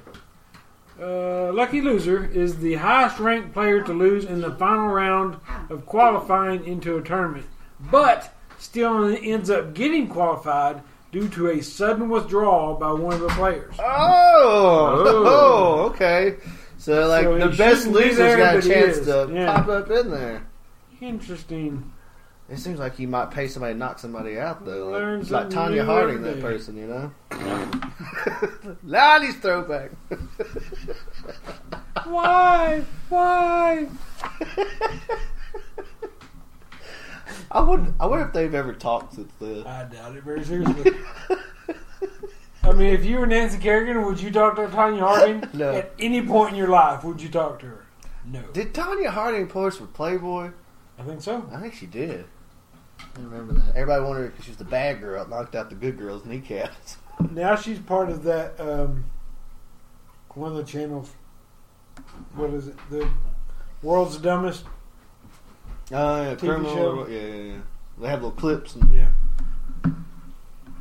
[SPEAKER 4] Uh, lucky loser is the highest ranked player to lose in the final round of qualifying into a tournament, but still ends up getting qualified due to a sudden withdrawal by one of the players.
[SPEAKER 1] Oh, oh, okay. So like
[SPEAKER 4] So he
[SPEAKER 1] the best
[SPEAKER 4] shouldn't be
[SPEAKER 1] loser's
[SPEAKER 4] there,
[SPEAKER 1] got a
[SPEAKER 4] but he
[SPEAKER 1] chance
[SPEAKER 4] is.
[SPEAKER 1] to
[SPEAKER 4] Yeah.
[SPEAKER 1] pop up in there.
[SPEAKER 4] Interesting.
[SPEAKER 1] It seems like you might pay somebody to knock somebody out though. Like,
[SPEAKER 4] Learn
[SPEAKER 1] it's like
[SPEAKER 4] something
[SPEAKER 1] Tanya
[SPEAKER 4] new
[SPEAKER 1] Harding,
[SPEAKER 4] every
[SPEAKER 1] that
[SPEAKER 4] day.
[SPEAKER 1] person, you know. Lonnie's throwback.
[SPEAKER 4] Why? Why?
[SPEAKER 1] I would. I wonder if they've ever talked since then.
[SPEAKER 4] I doubt it very seriously. I mean, if you were Nancy Kerrigan, would you talk to Tanya Harding
[SPEAKER 1] No.
[SPEAKER 4] at any point in your life? Would you talk to her? No.
[SPEAKER 1] Did Tanya Harding post for Playboy?
[SPEAKER 4] I think so.
[SPEAKER 1] I think she did. I remember that. Everybody wanted her because she was the bad girl, that knocked out the good girl's kneecaps.
[SPEAKER 4] Now she's part of that um, one of the channels. What is it? The world's dumbest.
[SPEAKER 1] Oh, yeah,
[SPEAKER 4] TV
[SPEAKER 1] criminal.
[SPEAKER 4] show.
[SPEAKER 1] Yeah, yeah, yeah. They have little clips. And,
[SPEAKER 4] Yeah.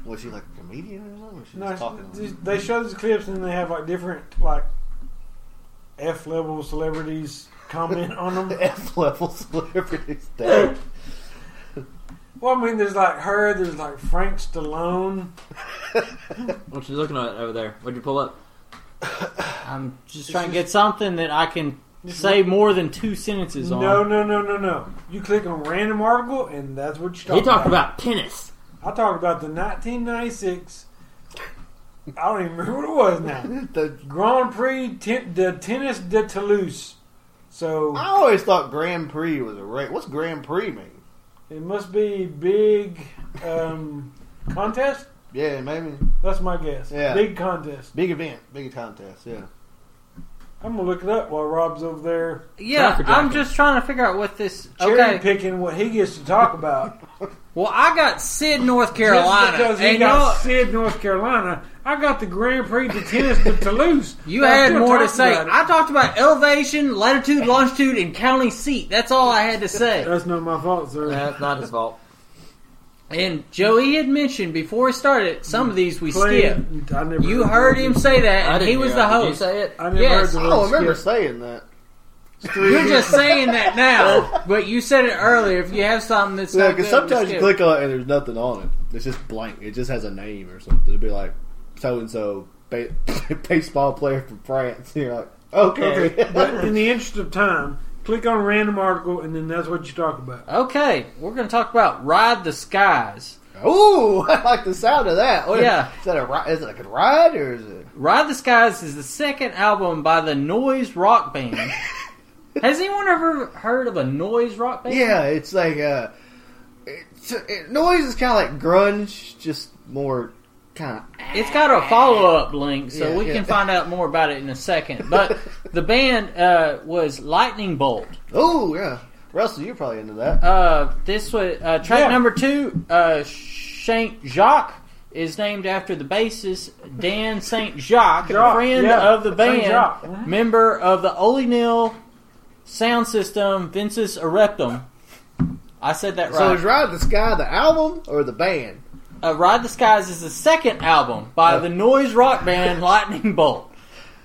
[SPEAKER 1] was she like a comedian or something? Was she
[SPEAKER 4] No,
[SPEAKER 1] just talking?
[SPEAKER 4] it's- they show these clips and they have like different like F level celebrities comment on them.
[SPEAKER 1] F level celebrities. Damn.
[SPEAKER 4] Well, I mean, there's like her. There's like Frank Stallone.
[SPEAKER 5] What you looking at over there? What'd you pull up?
[SPEAKER 2] I'm just trying to get something that I can say more than two sentences on.
[SPEAKER 4] No, no, no, no, no. You click on random article and that's what you
[SPEAKER 5] He
[SPEAKER 4] talk
[SPEAKER 5] talked about tennis.
[SPEAKER 4] I talked about the 1996. I don't even remember what it was now.
[SPEAKER 1] The-
[SPEAKER 4] Grand Prix ten, de Tennis de Toulouse. So
[SPEAKER 1] I always thought Grand Prix was a race. What's Grand Prix mean?
[SPEAKER 4] it must be big um, contest.
[SPEAKER 1] Yeah, maybe
[SPEAKER 4] That's my guess.
[SPEAKER 1] Yeah.
[SPEAKER 4] Big contest.
[SPEAKER 1] big event, big contest. Yeah.
[SPEAKER 4] I'm gonna look it up while Rob's over there
[SPEAKER 2] Yeah,
[SPEAKER 5] Cracker
[SPEAKER 2] I'm
[SPEAKER 5] Jacket.
[SPEAKER 2] just trying to figure out what this.
[SPEAKER 4] cherry
[SPEAKER 2] Okay,
[SPEAKER 4] picking what he gets to talk about.
[SPEAKER 2] well, I got Sid, North
[SPEAKER 4] Just
[SPEAKER 2] Carolina,
[SPEAKER 4] because he
[SPEAKER 2] and
[SPEAKER 4] got
[SPEAKER 2] y'all-
[SPEAKER 4] Sid, North Carolina. I got the Grand Prix de Tennis de Toulouse.
[SPEAKER 2] You
[SPEAKER 4] I
[SPEAKER 2] had
[SPEAKER 4] still
[SPEAKER 2] more to
[SPEAKER 4] talked
[SPEAKER 2] say.
[SPEAKER 4] about it.
[SPEAKER 2] I talked about elevation, latitude, longitude, and county seat. That's all I had to say.
[SPEAKER 4] That's not my fault, sir.
[SPEAKER 2] Uh,
[SPEAKER 5] That's not his fault.
[SPEAKER 2] And Joey had mentioned before we started some
[SPEAKER 1] Mm.
[SPEAKER 2] of these we
[SPEAKER 4] Played-
[SPEAKER 2] skip.
[SPEAKER 4] I never
[SPEAKER 2] You
[SPEAKER 4] heard
[SPEAKER 2] heard
[SPEAKER 4] of
[SPEAKER 2] him
[SPEAKER 4] it.
[SPEAKER 2] say
[SPEAKER 5] I
[SPEAKER 2] that, and
[SPEAKER 5] didn't
[SPEAKER 2] he was
[SPEAKER 5] hear
[SPEAKER 2] the
[SPEAKER 5] it. Did you
[SPEAKER 2] host.
[SPEAKER 5] say it?
[SPEAKER 4] I never
[SPEAKER 2] Yes. Oh,
[SPEAKER 4] heard the
[SPEAKER 1] I
[SPEAKER 4] word
[SPEAKER 1] don't remember
[SPEAKER 4] skip.
[SPEAKER 1] saying that.
[SPEAKER 2] You're just saying that now, but you said it earlier. If you have something that's
[SPEAKER 1] Yeah,
[SPEAKER 2] not good,
[SPEAKER 1] because sometimes
[SPEAKER 2] we
[SPEAKER 1] you
[SPEAKER 2] skip.
[SPEAKER 1] click on it and there's nothing on it. It's just blank. It just has a name or something. It'd be like so and so baseball player from France. And you're like, okay.
[SPEAKER 4] Okay, but in the interest of time, click on random article, and then that's what you talk about.
[SPEAKER 2] Okay, we're going to talk about ride the skies.
[SPEAKER 1] Ooh, I like the sound of that. What-
[SPEAKER 2] Yeah.
[SPEAKER 1] is that a ri- is it like a ride or is it?
[SPEAKER 2] Ride the Skies is the second album by the noise rock band. Has anyone ever heard of a noise rock band?
[SPEAKER 1] Yeah, it's like uh, it's, it, noise is kind of like grunge, just more kind of.
[SPEAKER 2] It's got a follow up link, so
[SPEAKER 1] Yeah,
[SPEAKER 2] we
[SPEAKER 1] yeah.
[SPEAKER 2] can find out more about it in a second. But the band uh, was Lightning Bolt.
[SPEAKER 1] Oh yeah, Russell, you're probably into that.
[SPEAKER 2] Uh, this was uh, track
[SPEAKER 4] Yeah.
[SPEAKER 2] number two. Uh, Saint Jacques is named after the bassist Dan Saint Jacques,
[SPEAKER 4] Jacques,
[SPEAKER 2] a friend
[SPEAKER 4] yeah,
[SPEAKER 2] of the
[SPEAKER 4] Saint
[SPEAKER 2] band,
[SPEAKER 4] Jacques, mhm.
[SPEAKER 2] member of the Olenil Sound System, Vincis Erectum. I said that
[SPEAKER 1] So
[SPEAKER 2] right.
[SPEAKER 1] is Ride the Sky the album or the band?
[SPEAKER 2] Uh, Ride the Skies is the second album
[SPEAKER 4] Uh,
[SPEAKER 2] by the noise rock band Lightning Bolt.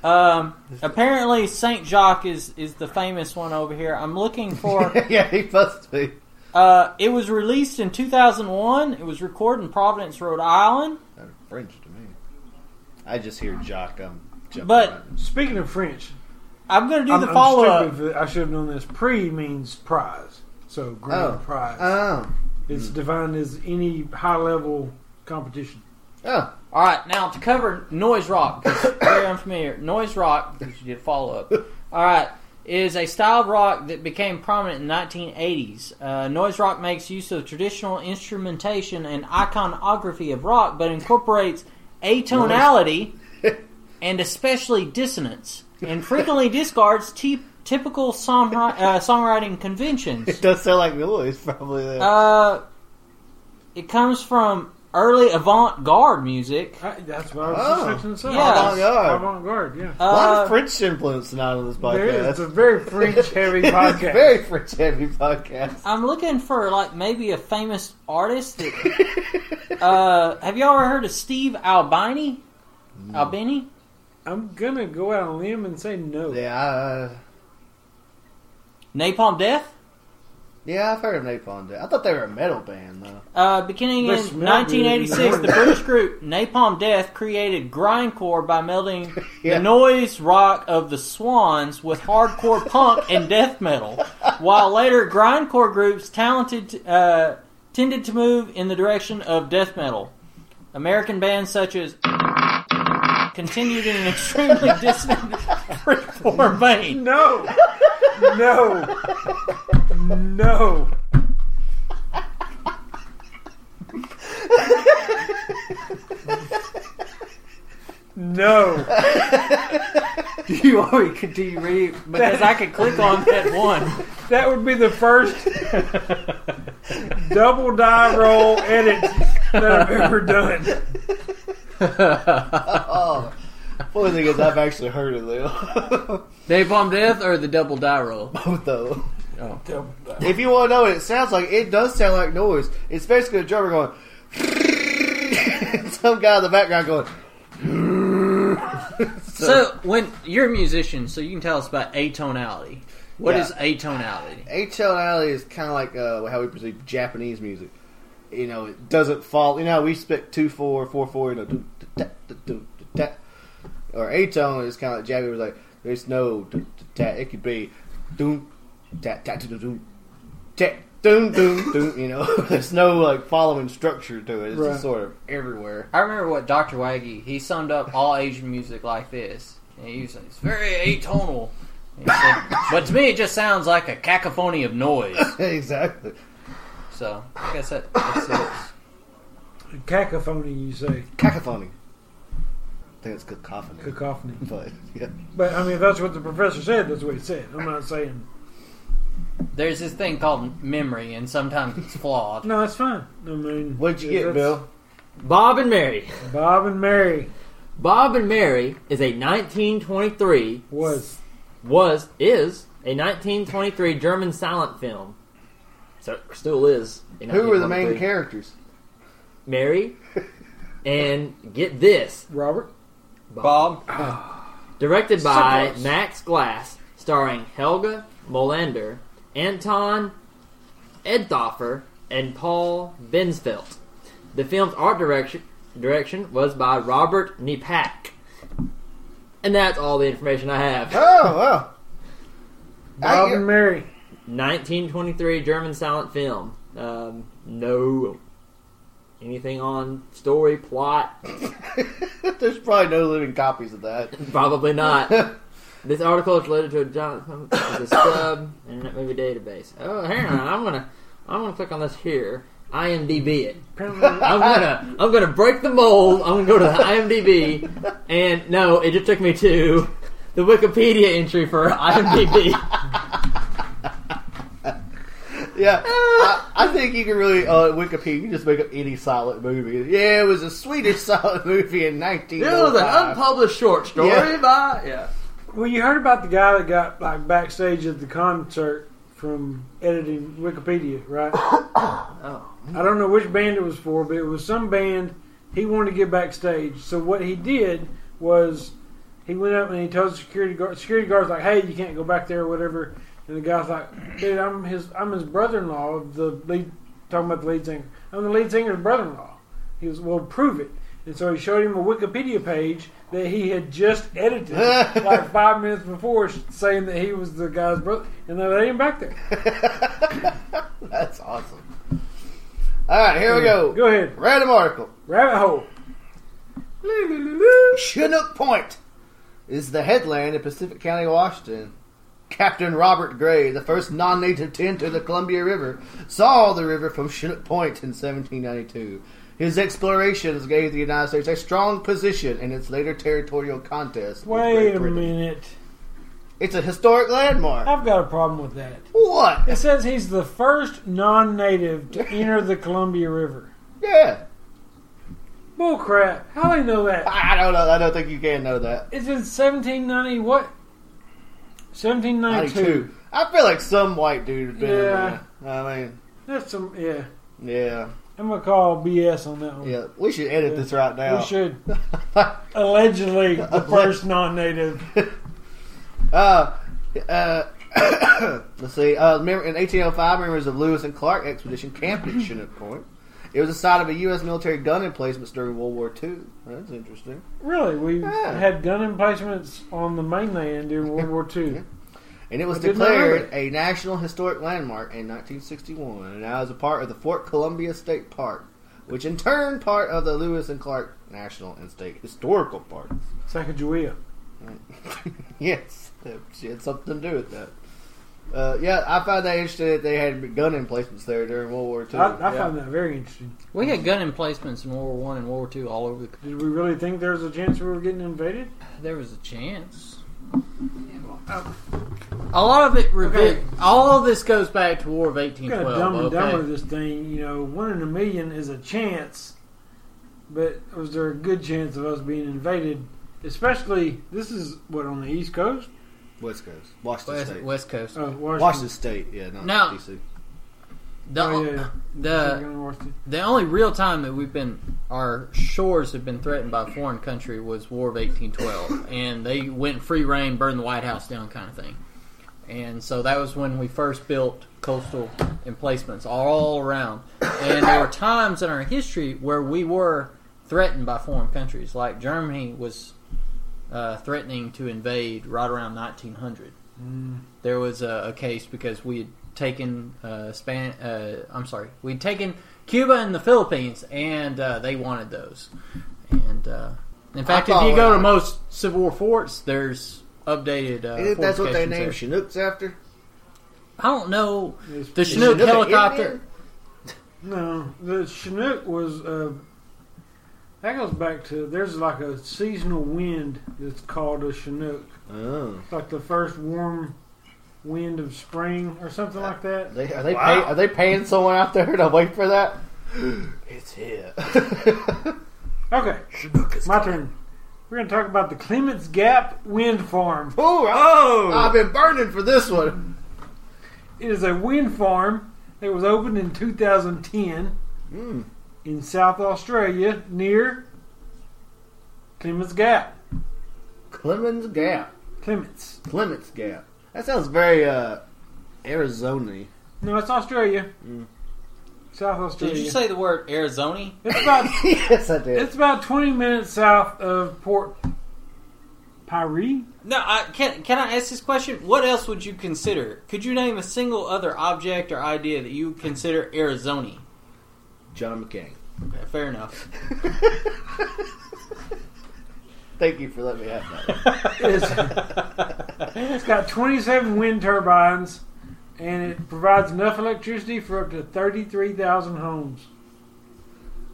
[SPEAKER 2] Um, apparently, Saint Jacques is is the famous one over here. I'm looking for.
[SPEAKER 1] yeah, he must be.
[SPEAKER 2] Uh, it was released in 2001. It was recorded in Providence, Rhode Island.
[SPEAKER 1] Sounded French to me. I just hear um, Jock. I'm jumping.
[SPEAKER 2] But-
[SPEAKER 1] right.
[SPEAKER 4] Speaking of French,
[SPEAKER 2] I'm going to do
[SPEAKER 4] I'm,
[SPEAKER 2] the
[SPEAKER 4] I'm
[SPEAKER 2] follow up.
[SPEAKER 4] stupid for- I should have known this. Pre means prize. So grand
[SPEAKER 2] Oh.
[SPEAKER 4] prize.
[SPEAKER 2] Oh.
[SPEAKER 4] it's defined as any high level competition.
[SPEAKER 2] Oh. All right. Now to cover noise rock, 'cause very unfamiliar. Noise rock, because you did follow up. All right, is a style of rock that became prominent in the 1980s. Uh, noise rock makes use of traditional instrumentation and iconography of rock, but incorporates atonality and especially dissonance, and frequently discards t- typical songri- uh, songwriting conventions.
[SPEAKER 1] It does sound like noise, probably. Though.
[SPEAKER 2] Uh, it comes from early avant-garde music.
[SPEAKER 4] I, Uh, that's what I was
[SPEAKER 1] Oh.
[SPEAKER 4] just fixing to say.
[SPEAKER 2] Yeah.
[SPEAKER 1] Avant-garde.
[SPEAKER 4] Avant-garde, yeah.
[SPEAKER 1] a lot
[SPEAKER 2] Uh,
[SPEAKER 1] of French influence tonight on this
[SPEAKER 4] There is.
[SPEAKER 1] podcast.
[SPEAKER 4] It's a very French heavy podcast.
[SPEAKER 1] It's a very French heavy podcast.
[SPEAKER 2] I'm looking for like maybe a famous artist. That, uh, have y'all ever heard of Steve Albini? Albini?
[SPEAKER 4] I'm gonna go out on a limb and say no.
[SPEAKER 1] Yeah, I, uh,
[SPEAKER 2] Napalm Death?
[SPEAKER 1] yeah, I've heard of Napalm Death. I thought they were a metal band though.
[SPEAKER 2] Uh, beginning
[SPEAKER 4] They
[SPEAKER 2] in
[SPEAKER 4] smell good.
[SPEAKER 2] 1986, the British group Napalm Death created grindcore by melding
[SPEAKER 1] Yeah.
[SPEAKER 2] the noise rock of the Swans with hardcore punk and death metal, while later grindcore groups talented uh, tended to move in the direction of death metal. American bands such as continued in an extremely dissonant freeform vein.
[SPEAKER 4] No. no. No. No.
[SPEAKER 2] You already continue reading because I could click on that one.
[SPEAKER 4] That would be the first double die roll edit that I've ever done.
[SPEAKER 1] Oh, one of the things I've actually heard of them.
[SPEAKER 2] Napalm Death or the Double Die Roll?
[SPEAKER 1] Both of them.
[SPEAKER 4] Double die.
[SPEAKER 1] If you want to know what it sounds like, it does sound like noise. It's basically a drummer going. Some guy in the background going.
[SPEAKER 2] So, when you're a musician, so you can tell us about atonality. What
[SPEAKER 1] Yeah.
[SPEAKER 2] is atonality?
[SPEAKER 1] Atonality is kind of like uh, how we perceive Japanese music. You know, it doesn't fall. You know, we expect two four, four four. You know, do, do, da, do, do, do, da. or atone is kind of like Japanese. Like there's no do, do, da. It could be doom, da, da, do, do, do, da, doom, doom, doom. You know, there's no like following structure to it. It's
[SPEAKER 4] Right.
[SPEAKER 1] just sort of everywhere.
[SPEAKER 2] I remember what Dr. Waggy, he summed up all Asian music like this. And he was like, it's very atonal. And he said, but to me, it just sounds like a cacophony of noise.
[SPEAKER 1] exactly.
[SPEAKER 2] So, I guess that, that's it.
[SPEAKER 4] Cacophony, you say.
[SPEAKER 1] Cacophony. I think it's cacophony.
[SPEAKER 4] Cacophony.
[SPEAKER 1] but yeah.
[SPEAKER 4] But I mean, if that's what the professor said. That's what he said. I'm not saying.
[SPEAKER 2] There's this thing called memory, and sometimes it's flawed.
[SPEAKER 4] No, it's fine. I mean,
[SPEAKER 1] What'd you
[SPEAKER 4] if
[SPEAKER 1] get,
[SPEAKER 4] that's-
[SPEAKER 1] Bill?
[SPEAKER 5] Bob and Mary.
[SPEAKER 4] Bob and Mary
[SPEAKER 5] Bob and Mary is a 1923
[SPEAKER 4] was
[SPEAKER 5] was is a 1923 German silent film. So it still is. in
[SPEAKER 1] Who were the main
[SPEAKER 5] 1923.
[SPEAKER 1] characters?
[SPEAKER 5] Mary and get this
[SPEAKER 4] Robert.
[SPEAKER 2] Bob?
[SPEAKER 5] directed by
[SPEAKER 4] Surprise.
[SPEAKER 5] Max Glass, starring Helga Molander, Anton Edthoffer, and Paul Bensfeldt. The film's art direction direction was by Robert Nipak. And that's all the information I have.
[SPEAKER 1] Oh wow.
[SPEAKER 4] Bob
[SPEAKER 1] I-
[SPEAKER 4] and Mary.
[SPEAKER 5] 1923 German silent film. Um, no anything on story plot
[SPEAKER 1] There's probably no living copies of that.
[SPEAKER 5] Probably not. this article is related to a Jonathan is a stub internet movie database. Oh, hang on, I'm gonna I'm gonna click on this here. IMDb it.
[SPEAKER 4] Apparently,
[SPEAKER 5] I'm gonna I'm gonna break the mold. I'm gonna go to the IMDb, and no, it just took me to the Wikipedia entry for IMDb.
[SPEAKER 1] Yeah, I, I think you can really uh, Wikipedia. You can just make up any silent movie. Yeah, it was a Swedish silent movie in nineteen. oh
[SPEAKER 5] it was an unpublished short story
[SPEAKER 1] Yeah.
[SPEAKER 5] by yeah.
[SPEAKER 4] well, you heard about the guy that got like backstage at the concert from editing Wikipedia, right?
[SPEAKER 5] Oh,
[SPEAKER 4] I don't know which band it was for, but it was some band. He wanted to get backstage, so what he did was he went up and he told the security guard. Security guard's like, "Hey, you can't go back there, or whatever." And the guy's like, "Dude, I'm his I'm his brother-in-law of the lead." Talking about the lead singer, I'm the lead singer's brother-in-law. He was, "Well, prove it." And so he showed him a Wikipedia page that he had just edited like five minutes before, saying that he was the guy's brother, and they let him back there.
[SPEAKER 1] That's awesome. All right, here we go.
[SPEAKER 4] Go ahead,
[SPEAKER 1] Random article.
[SPEAKER 4] rabbit hole.
[SPEAKER 1] Chinook Point is the headland in Pacific County, Washington. Captain Robert Gray, the first non-native to enter the Columbia River, saw the river from Chinook Point in 1792. His explorations gave the United States a strong position in its later territorial contest. with
[SPEAKER 4] Wait
[SPEAKER 1] Great
[SPEAKER 4] a
[SPEAKER 1] Britain.
[SPEAKER 4] minute,
[SPEAKER 1] It's a historic landmark.
[SPEAKER 4] I've got a problem with that.
[SPEAKER 1] What?
[SPEAKER 4] It says he's the first non-native to enter the Columbia River.
[SPEAKER 1] Yeah.
[SPEAKER 4] Bull crap! How do they know that?
[SPEAKER 1] I don't know. I don't think you can know that.
[SPEAKER 4] It's in 1790 what? 1792.
[SPEAKER 1] 92. I feel like some white dude has been
[SPEAKER 4] Yeah.
[SPEAKER 1] in there. I mean,
[SPEAKER 4] That's some yeah.
[SPEAKER 1] yeah.
[SPEAKER 4] I'm gonna call BS on that one.
[SPEAKER 1] Yeah. We should edit this right now.
[SPEAKER 4] We should. Allegedly the first non-native.
[SPEAKER 1] Uh, uh, let's see. Uh, remember, in 1805, members of Lewis and Clark expedition camped at Chinook Point. It was the site of a U.S. military gun emplacements during World War II. That's interesting.
[SPEAKER 4] Really, we
[SPEAKER 1] Yeah.
[SPEAKER 4] had gun emplacements on the mainland during World War II.
[SPEAKER 1] And it was
[SPEAKER 4] I did not know
[SPEAKER 1] declared a National Historic Landmark in 1961, and now is a part of the Fort Columbia State Park, which in turn part of the Lewis and Clark National and State Historical Park.
[SPEAKER 4] Sacagawea.
[SPEAKER 1] yes, that- she had something to do with that. Uh, yeah, I find that interesting that they had gun emplacements there during World War
[SPEAKER 4] I,
[SPEAKER 1] II.
[SPEAKER 4] I find that very interesting.
[SPEAKER 2] We had gun emplacements in World War One and World War Two all over the. c-
[SPEAKER 4] Did we really think there was a chance we were getting invaded?
[SPEAKER 2] There was a chance. A lot of it. Revi-
[SPEAKER 4] Okay.
[SPEAKER 2] All of this goes back to War of
[SPEAKER 4] You
[SPEAKER 2] eighteen
[SPEAKER 4] got
[SPEAKER 2] twelve.
[SPEAKER 4] to dumb and
[SPEAKER 2] okay?
[SPEAKER 4] dumber this thing. You know, one in a million is a chance, but was there a good chance of us being invaded? Especially, this is what on the East Coast,
[SPEAKER 1] West Coast, Washington
[SPEAKER 2] West,
[SPEAKER 1] State,
[SPEAKER 2] West Coast.
[SPEAKER 4] uh, Washington.
[SPEAKER 1] Washington State. Yeah, not
[SPEAKER 2] No.
[SPEAKER 1] DC.
[SPEAKER 2] The,
[SPEAKER 4] Oh, yeah, yeah.
[SPEAKER 2] the
[SPEAKER 4] Oregon, Washington.
[SPEAKER 2] The only real time that we've been our shores have been threatened by a foreign country was War of eighteen twelve, and they went free reign, burned the White House down, kind of thing. And so that was when we first built coastal emplacements all around. And there were times in our history where we were threatened by foreign countries, like Germany was uh, threatening to invade right around nineteen hundred
[SPEAKER 4] Mm,
[SPEAKER 2] there was a, a case because we had taken uh, Span. Uh, I'm sorry, we'd taken Cuba and the Philippines, and uh, they wanted those. And uh, in fact, if
[SPEAKER 1] thought-
[SPEAKER 2] you go to most Civil War forts, there's updated. Uh,
[SPEAKER 1] Isn't that's what they
[SPEAKER 2] fortifications
[SPEAKER 1] named
[SPEAKER 2] there.
[SPEAKER 1] Chinooks after?
[SPEAKER 2] I don't know
[SPEAKER 4] It's-
[SPEAKER 2] the
[SPEAKER 1] Is
[SPEAKER 2] Chinook
[SPEAKER 1] Chinook an
[SPEAKER 2] helicopter.
[SPEAKER 1] Indian?
[SPEAKER 4] No, the Chinook was. Uh, that goes back to there's like a seasonal wind that's called a Chinook,
[SPEAKER 1] Oh,
[SPEAKER 4] It's like the first warm wind of spring or something like that.
[SPEAKER 1] they, are they
[SPEAKER 4] Wow.
[SPEAKER 1] pay, are they paying someone out there to wait for that? it's here.
[SPEAKER 4] Okay, my turn. We're going to talk about the Clements Gap Wind Farm.
[SPEAKER 1] Ooh,
[SPEAKER 5] Oh!
[SPEAKER 1] I've been burning for this one.
[SPEAKER 4] It is a wind farm that was opened in 2010
[SPEAKER 1] Mm.
[SPEAKER 4] in South Australia near Clements Gap.
[SPEAKER 1] Clemens Gap,
[SPEAKER 4] Clements.
[SPEAKER 1] Clements Gap. That sounds very uh, Arizona.
[SPEAKER 4] No, it's Australia. South Australia.
[SPEAKER 2] the word Arizona?
[SPEAKER 4] it's about
[SPEAKER 1] yes, I did.
[SPEAKER 4] it's about 20 minutes south of Port Pirie.
[SPEAKER 2] No, I, can can I ask this question? What else would you consider? Could you name a single other object or idea that you would consider Arizona?
[SPEAKER 1] John McCain.
[SPEAKER 2] Okay, fair enough.
[SPEAKER 1] Thank you for letting me have that.
[SPEAKER 4] It's got 27 wind turbines, and it provides enough electricity for up to 33,000 homes.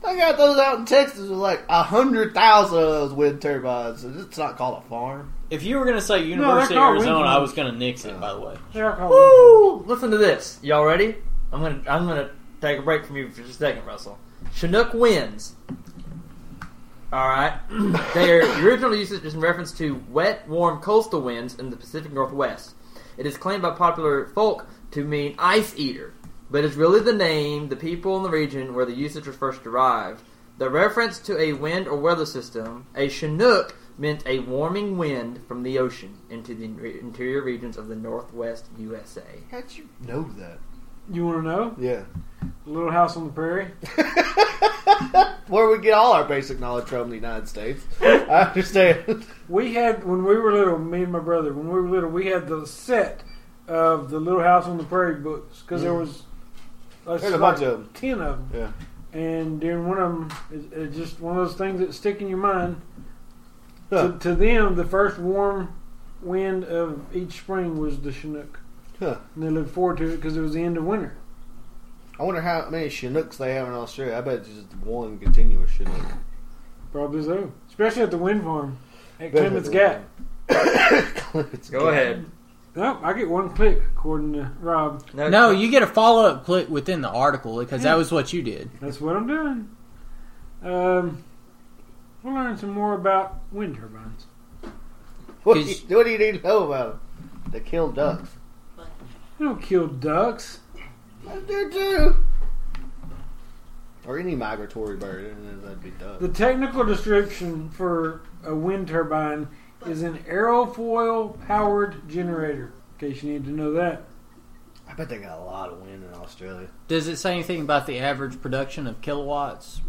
[SPEAKER 1] I got those out in Texas with like a hundred thousand of those wind turbines. It's not called a farm.
[SPEAKER 2] If you were going to say
[SPEAKER 4] that's
[SPEAKER 2] University
[SPEAKER 4] not
[SPEAKER 2] of Arizona,
[SPEAKER 4] Winfield.
[SPEAKER 2] I was going to nix it. By the way,
[SPEAKER 4] They are called
[SPEAKER 5] Woo! Listen to this. Y'all ready? I'm gonna I'm gonna take a break from you for just a second, Russell. Chinook winds. Alright. Their original usage is in reference to wet, warm coastal winds in the Pacific Northwest. It is claimed by popular folk to mean ice eater, but is really the name the people in the region where the usage was first derived. The reference to a wind or weather system, a Chinook meant a warming wind from the ocean into the re- interior regions of the northwest USA.
[SPEAKER 1] How'd you know that?
[SPEAKER 4] You want to know?
[SPEAKER 1] Yeah.
[SPEAKER 4] Little House on the Prairie.
[SPEAKER 1] where we get all our basic knowledge from in the United States. I understand.
[SPEAKER 4] We had when we were little, me and my brother. When we were little, we had the set of the Little House on the Prairie books because there was
[SPEAKER 1] Mm.
[SPEAKER 4] like,
[SPEAKER 1] There's a bunch of 'em.
[SPEAKER 4] ten of them.
[SPEAKER 1] Yeah.
[SPEAKER 4] And during one of them, it, it's just one of those things that stick in your mind.
[SPEAKER 1] Huh.
[SPEAKER 4] To, to them, the first warm wind of each spring was the Chinook,
[SPEAKER 1] Huh.
[SPEAKER 4] and they looked forward to it because it was the end of winter.
[SPEAKER 1] I wonder how many Chinooks they have in Australia. I bet it's just one continuous Chinook.
[SPEAKER 4] Probably so, especially at the wind farm at
[SPEAKER 1] Definitely
[SPEAKER 4] Clements
[SPEAKER 1] one.
[SPEAKER 4] Gap.
[SPEAKER 1] Clements
[SPEAKER 5] Go
[SPEAKER 1] Gap.
[SPEAKER 5] ahead.
[SPEAKER 4] No, I get one click according to Rob.
[SPEAKER 2] No, you get a follow up click within the article because that was what you did.
[SPEAKER 4] That's what I'm doing. Um, we'll learn some more about wind turbines.
[SPEAKER 1] What do, you, what do you need to know about them? They kill ducks.
[SPEAKER 4] They don't kill ducks.
[SPEAKER 1] I do too. Or any migratory bird, and that'd be duck.
[SPEAKER 4] The technical description for a wind turbine is an aerofoil powered generator. In case you need to know that.
[SPEAKER 1] I bet they got a lot of wind in Australia.
[SPEAKER 2] Does it say anything about the average production of kilowatts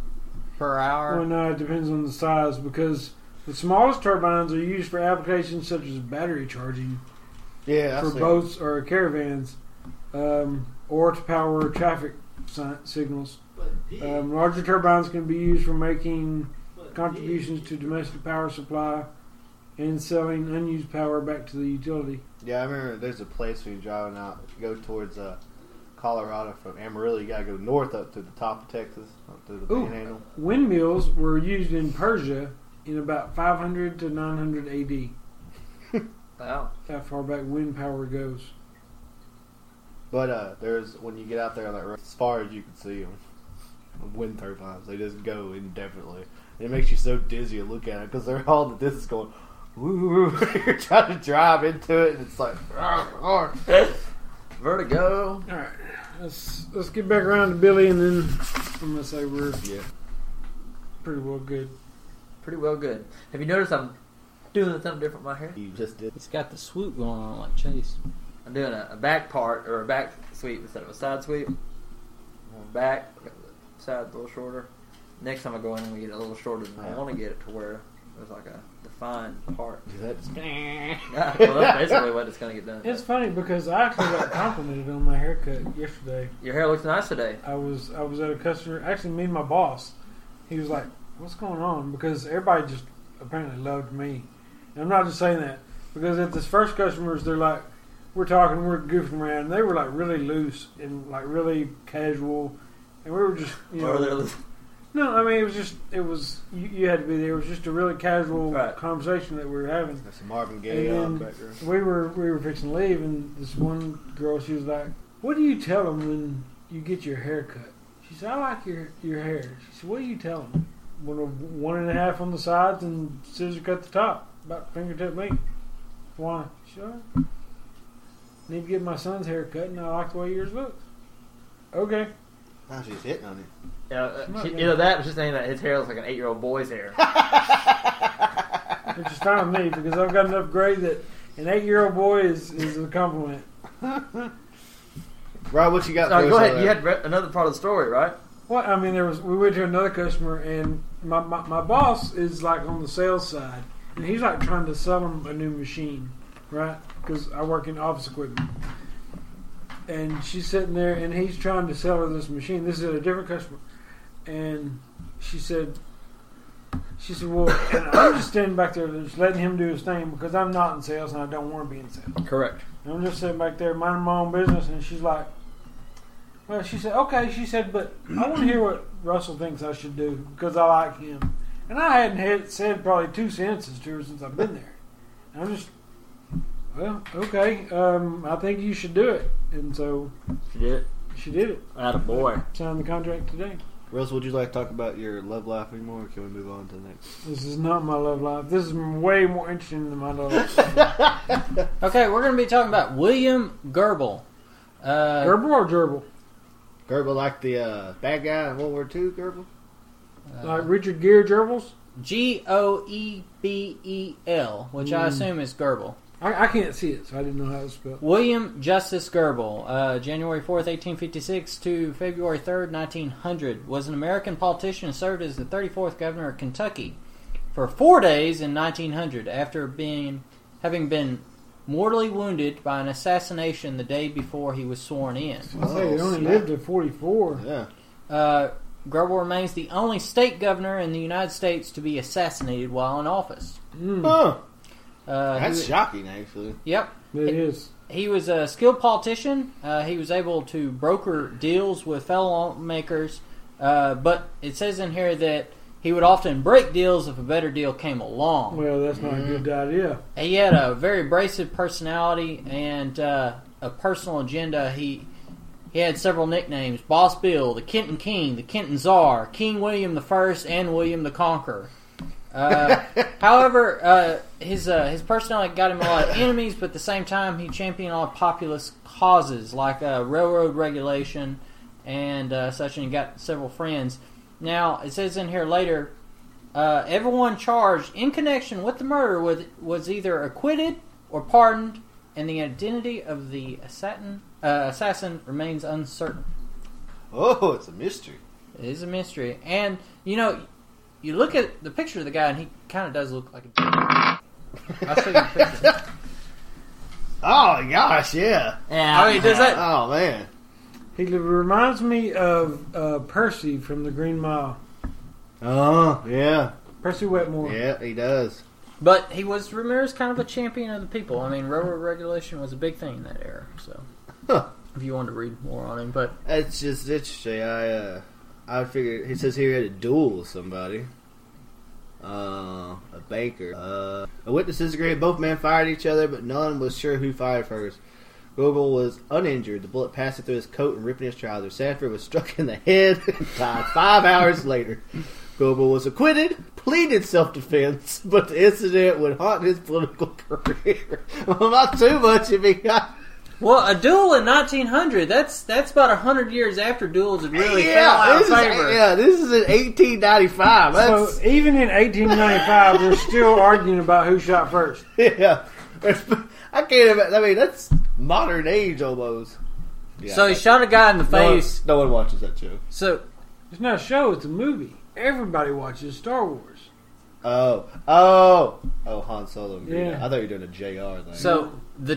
[SPEAKER 2] per
[SPEAKER 4] Well,
[SPEAKER 2] hour?
[SPEAKER 4] no, it depends on the size because the smallest turbines are used for applications such as battery charging
[SPEAKER 1] Yeah, I
[SPEAKER 4] for
[SPEAKER 1] see.
[SPEAKER 4] boats or caravans, um, or to power traffic si- signals. Um, larger turbines can be used for making contributions to domestic power supply and selling unused power back to the utility.
[SPEAKER 1] Yeah, I remember there's a place when you're driving out, if you go towards uh, Colorado from Amarillo, you gotta go north up to the top of Texas, up to the
[SPEAKER 4] Ooh.
[SPEAKER 1] panhandle.
[SPEAKER 4] Windmills were used in Persia in about 500 to 900 AD.
[SPEAKER 5] Wow.
[SPEAKER 4] That far back wind power goes.
[SPEAKER 1] But uh, there's, when you get out there, like right as far as you can see them, wind turbines, they just go indefinitely. It makes you so dizzy to look at it because they're all the distance going, woo, you're trying to drive into it, and it's like, "Arr, arr."
[SPEAKER 5] Vertigo.
[SPEAKER 4] All right, let's let's get back around to Billy, and then I'm gonna say we're
[SPEAKER 1] Yeah.
[SPEAKER 4] pretty well good.
[SPEAKER 5] Pretty well good. Have you noticed I'm doing something different with my hair?
[SPEAKER 1] you just did.
[SPEAKER 2] It's got the swoop going on like Chase.
[SPEAKER 5] I'm doing a, a back part or a back sweep instead of a side sweep. Going back, side's a little shorter. Next time I go in, I'm gonna get it a little shorter than I want to get it to where there's like a defined part.
[SPEAKER 1] That's
[SPEAKER 5] well, that's basically what it's gonna get done.
[SPEAKER 4] It's funny because I actually got complimented on my haircut yesterday.
[SPEAKER 5] Your hair looks nice today.
[SPEAKER 4] I was I was at a customer actually me and my boss. He was like, "What's going on?" Because everybody just apparently loved me. And I'm not just saying that because at this first customers, they're like, "We're talking, we're goofing around." And they were like really loose and like really casual, and we were just you know.
[SPEAKER 5] Or they're-
[SPEAKER 4] No, I mean it was just it was you, you had to be there. It was just a really casual
[SPEAKER 5] Right.
[SPEAKER 4] conversation that we were having.
[SPEAKER 1] That's Marvin Gaye on
[SPEAKER 4] And- um,
[SPEAKER 1] background.
[SPEAKER 4] We were we were fixing to leave, and this one girl she was like, "What do you tell them when you get your hair cut?" She said, "I like your your hair." She said, "What do you tell them?" One of- one and a half on the sides and scissor cut the top, about fingertip length. Why? Sure. Need to get my son's hair cut, and I like the way yours looks. Okay.
[SPEAKER 1] Now she's hitting on it.
[SPEAKER 5] Yeah, uh, she- either that or she's saying that his hair looks like an eight year old boy's hair.
[SPEAKER 4] which is fine with me because I've got enough grade that an eight-year-old boy is, is a compliment.
[SPEAKER 1] Rob, what you got?
[SPEAKER 5] no,
[SPEAKER 1] for
[SPEAKER 5] go
[SPEAKER 1] us uh,
[SPEAKER 5] ahead.
[SPEAKER 1] over
[SPEAKER 5] You
[SPEAKER 1] there?
[SPEAKER 5] had re- another part of the story, right?
[SPEAKER 4] Well, I mean, there was we went to another customer, and my, my, my boss is like on the sales side, and he's like trying to sell him a new machine, right? Because I work in office equipment, and she's sitting there, and he's trying to sell her this machine. This is a different customer, and she said, she said, well, and I'm just standing back there, just letting him do his thing because I'm not in sales and I don't want to be in sales.
[SPEAKER 5] Correct.
[SPEAKER 4] And I'm just sitting back there minding my own business, and she's like, "Well, she said, okay." She said, "But I want to hear what Russell thinks I should do because I like him." And I hadn't had, said probably two sentences to her since I've been there. And I'm just, well, okay. Um, I think you should do it, and so
[SPEAKER 5] She did it.
[SPEAKER 4] she did it.
[SPEAKER 5] Out of boy.
[SPEAKER 4] Signed the contract today.
[SPEAKER 1] Russ, would you like to talk about your love life anymore? Or can we move on to the next?
[SPEAKER 4] This is not my love life. This is way more interesting than my love life.
[SPEAKER 2] Okay, we're going to be talking about William Goebel. Uh,
[SPEAKER 4] Gerbil or gerbil?
[SPEAKER 1] Gerbil, like the uh, bad guy in World War II, Gerbil?
[SPEAKER 4] Like Richard Gere gerbils? Hmm.
[SPEAKER 2] G O E B E L, which I assume is Goebel.
[SPEAKER 4] I, I can't see it, so I didn't know how it was spelled.
[SPEAKER 2] William Justice Goebel, uh, January 4th, 1856 to February 3rd, 1900, was an American politician and served as the 34th governor of Kentucky for four days in 1900 after being having been mortally wounded by an assassination the day before he was sworn in.
[SPEAKER 4] I say it only lived to 44.
[SPEAKER 1] Yeah.
[SPEAKER 2] Uh, Goebel remains the only state governor in the United States to be assassinated while in office.
[SPEAKER 5] Hmm.
[SPEAKER 4] Hmm.
[SPEAKER 1] Huh.
[SPEAKER 2] Uh, he
[SPEAKER 1] That's
[SPEAKER 2] was-
[SPEAKER 1] shocking, actually.
[SPEAKER 2] Yep.
[SPEAKER 4] It is.
[SPEAKER 2] He was a skilled politician. Uh, he was able to broker deals with fellow lawmakers, uh, but it says in here that he would often break deals if a better deal came along.
[SPEAKER 4] Well, that's not a good idea.
[SPEAKER 2] He had a very abrasive personality and uh, a personal agenda. He he had several nicknames: Boss Bill, the Kenton King, the Kenton Czar, King William the First, and William the Conqueror. Uh, however, uh, his uh, his personality got him a lot of enemies, but at the same time, he championed all populist causes like uh, railroad regulation and uh, such, and he got several friends. Now it says in here later uh, everyone charged in connection with the murder was, was either acquitted or pardoned, and the identity of the assassin, uh, assassin remains uncertain.
[SPEAKER 1] Oh, it's a mystery.
[SPEAKER 2] It is a mystery. And, you know, you look at the picture of the guy, and he kind of does look like a. I'll show you a picture.
[SPEAKER 1] Oh gosh, yeah.
[SPEAKER 5] Yeah.
[SPEAKER 2] I mean, does that.
[SPEAKER 1] Oh man.
[SPEAKER 4] He li- reminds me of uh, Percy from The Green Mile.
[SPEAKER 1] Oh yeah,
[SPEAKER 4] Percy Wetmore.
[SPEAKER 1] yeah. He does.
[SPEAKER 2] But he was Ramirez kind of a champion of the people. I mean, railroad regulation was a big thing in that era. So,
[SPEAKER 1] Huh.
[SPEAKER 2] if you wanted to read more on him, but
[SPEAKER 1] It's just interesting. I uh, I figured he says here he had a duel with somebody. Uh, a banker. Uh, a witness disagreed. Both men fired each other, but none was sure who fired first. Goebel was uninjured. The bullet passed through his coat and ripping his trousers. Sanford was struck in the head and died five hours later. Goebel was acquitted, pleaded self-defense, but the incident would haunt his political career. well, not too much if he got
[SPEAKER 2] well, a duel in 1900. That's that's about hundred years after duels had really
[SPEAKER 1] yeah, this
[SPEAKER 2] fell out of
[SPEAKER 1] is,
[SPEAKER 2] favor.
[SPEAKER 1] yeah, this is in 1895.
[SPEAKER 4] So
[SPEAKER 1] That's
[SPEAKER 4] even in 1895, they're still arguing about who shot first.
[SPEAKER 1] yeah. I can't. Even, I mean, that's modern age almost. Yeah,
[SPEAKER 2] So he
[SPEAKER 1] that's-
[SPEAKER 2] shot a guy in the
[SPEAKER 1] no one-
[SPEAKER 2] face.
[SPEAKER 1] No one, watches that show.
[SPEAKER 2] So
[SPEAKER 4] It's not a show; it's a movie. Everybody watches Star Wars.
[SPEAKER 1] Oh, oh, oh, Han Solo.
[SPEAKER 4] Yeah.
[SPEAKER 1] I thought you were doing a JR thing.
[SPEAKER 2] so the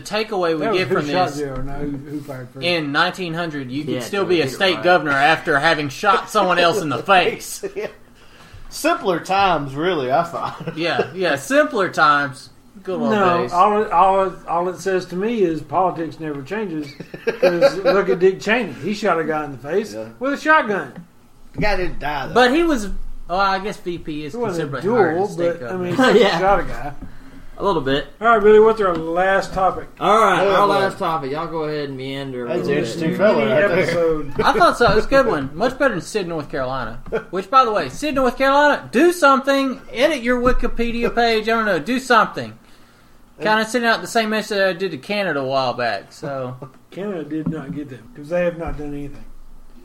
[SPEAKER 4] That
[SPEAKER 2] takeaway we
[SPEAKER 4] was
[SPEAKER 2] get
[SPEAKER 4] who
[SPEAKER 2] from
[SPEAKER 4] shot
[SPEAKER 2] this
[SPEAKER 4] zero, not who, who fired first.
[SPEAKER 2] in 1900, you could
[SPEAKER 5] Yeah,
[SPEAKER 2] still
[SPEAKER 5] dude,
[SPEAKER 2] be a
[SPEAKER 5] you're
[SPEAKER 2] state
[SPEAKER 5] right.
[SPEAKER 2] governor after having shot someone else in the face.
[SPEAKER 1] simpler times, really. I thought.
[SPEAKER 2] Yeah, yeah, simpler times. Good old
[SPEAKER 4] no,
[SPEAKER 2] days.
[SPEAKER 4] all it, all it, all it says to me is politics never changes. 'Cause look at Dick Cheney; he shot a guy in the face
[SPEAKER 1] Yeah.
[SPEAKER 4] with a shotgun.
[SPEAKER 1] The guy didn't die though.
[SPEAKER 2] But he was. Oh, I guess VP is
[SPEAKER 4] It wasn't
[SPEAKER 2] considerably
[SPEAKER 4] a
[SPEAKER 2] higher than
[SPEAKER 4] duel,
[SPEAKER 2] state
[SPEAKER 4] but I
[SPEAKER 2] governor.
[SPEAKER 4] mean,
[SPEAKER 5] Yeah.
[SPEAKER 4] he shot a guy.
[SPEAKER 5] A little bit.
[SPEAKER 4] All right, Billy, what's our last topic?
[SPEAKER 5] All right,
[SPEAKER 1] Oh,
[SPEAKER 5] our
[SPEAKER 1] boy.
[SPEAKER 5] last topic. Y'all go ahead and meander. A
[SPEAKER 1] That's
[SPEAKER 5] little
[SPEAKER 1] interesting.
[SPEAKER 5] bit.
[SPEAKER 1] Two fella
[SPEAKER 4] Mini
[SPEAKER 1] right there.
[SPEAKER 4] episode.
[SPEAKER 2] I thought so. It was a good one. Much better than Sid, North Carolina. Which, by the way, Sid, North Carolina, do something. Edit your Wikipedia page. I don't know. Do something. Kind of sending out the same message I did to Canada a while back. So
[SPEAKER 4] Canada did not get them because they have not done anything.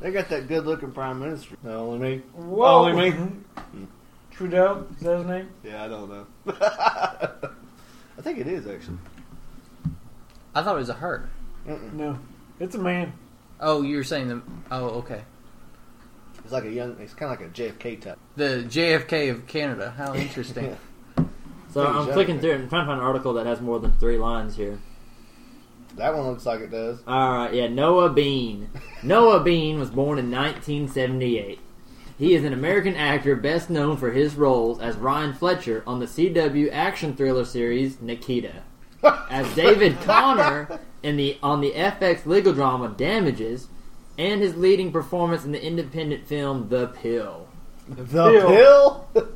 [SPEAKER 1] they got that good-looking prime minister. No, only me.
[SPEAKER 4] Whoa.
[SPEAKER 1] Only me.
[SPEAKER 4] Trudeau, is that his name?
[SPEAKER 1] Yeah, I don't know. I think it is actually.
[SPEAKER 2] I thought it was a her.
[SPEAKER 4] No, it's a man.
[SPEAKER 2] Oh, you were saying the. Oh, okay.
[SPEAKER 1] It's like a young. It's kind of like a JFK type.
[SPEAKER 2] The JFK of Canada. How interesting.
[SPEAKER 5] So I'm clicking through it and trying to find an article that has more than three lines here.
[SPEAKER 1] That one looks like it does.
[SPEAKER 5] All right, yeah, Noah Bean. Noah Bean was born in 1978. He is an American actor best known for his roles as Ryan Fletcher on the CW action thriller series Nikita, as David Connor in the on the FX legal drama Damages, and his leading performance in the independent film The Pill.
[SPEAKER 1] The
[SPEAKER 4] Pill.
[SPEAKER 1] pill.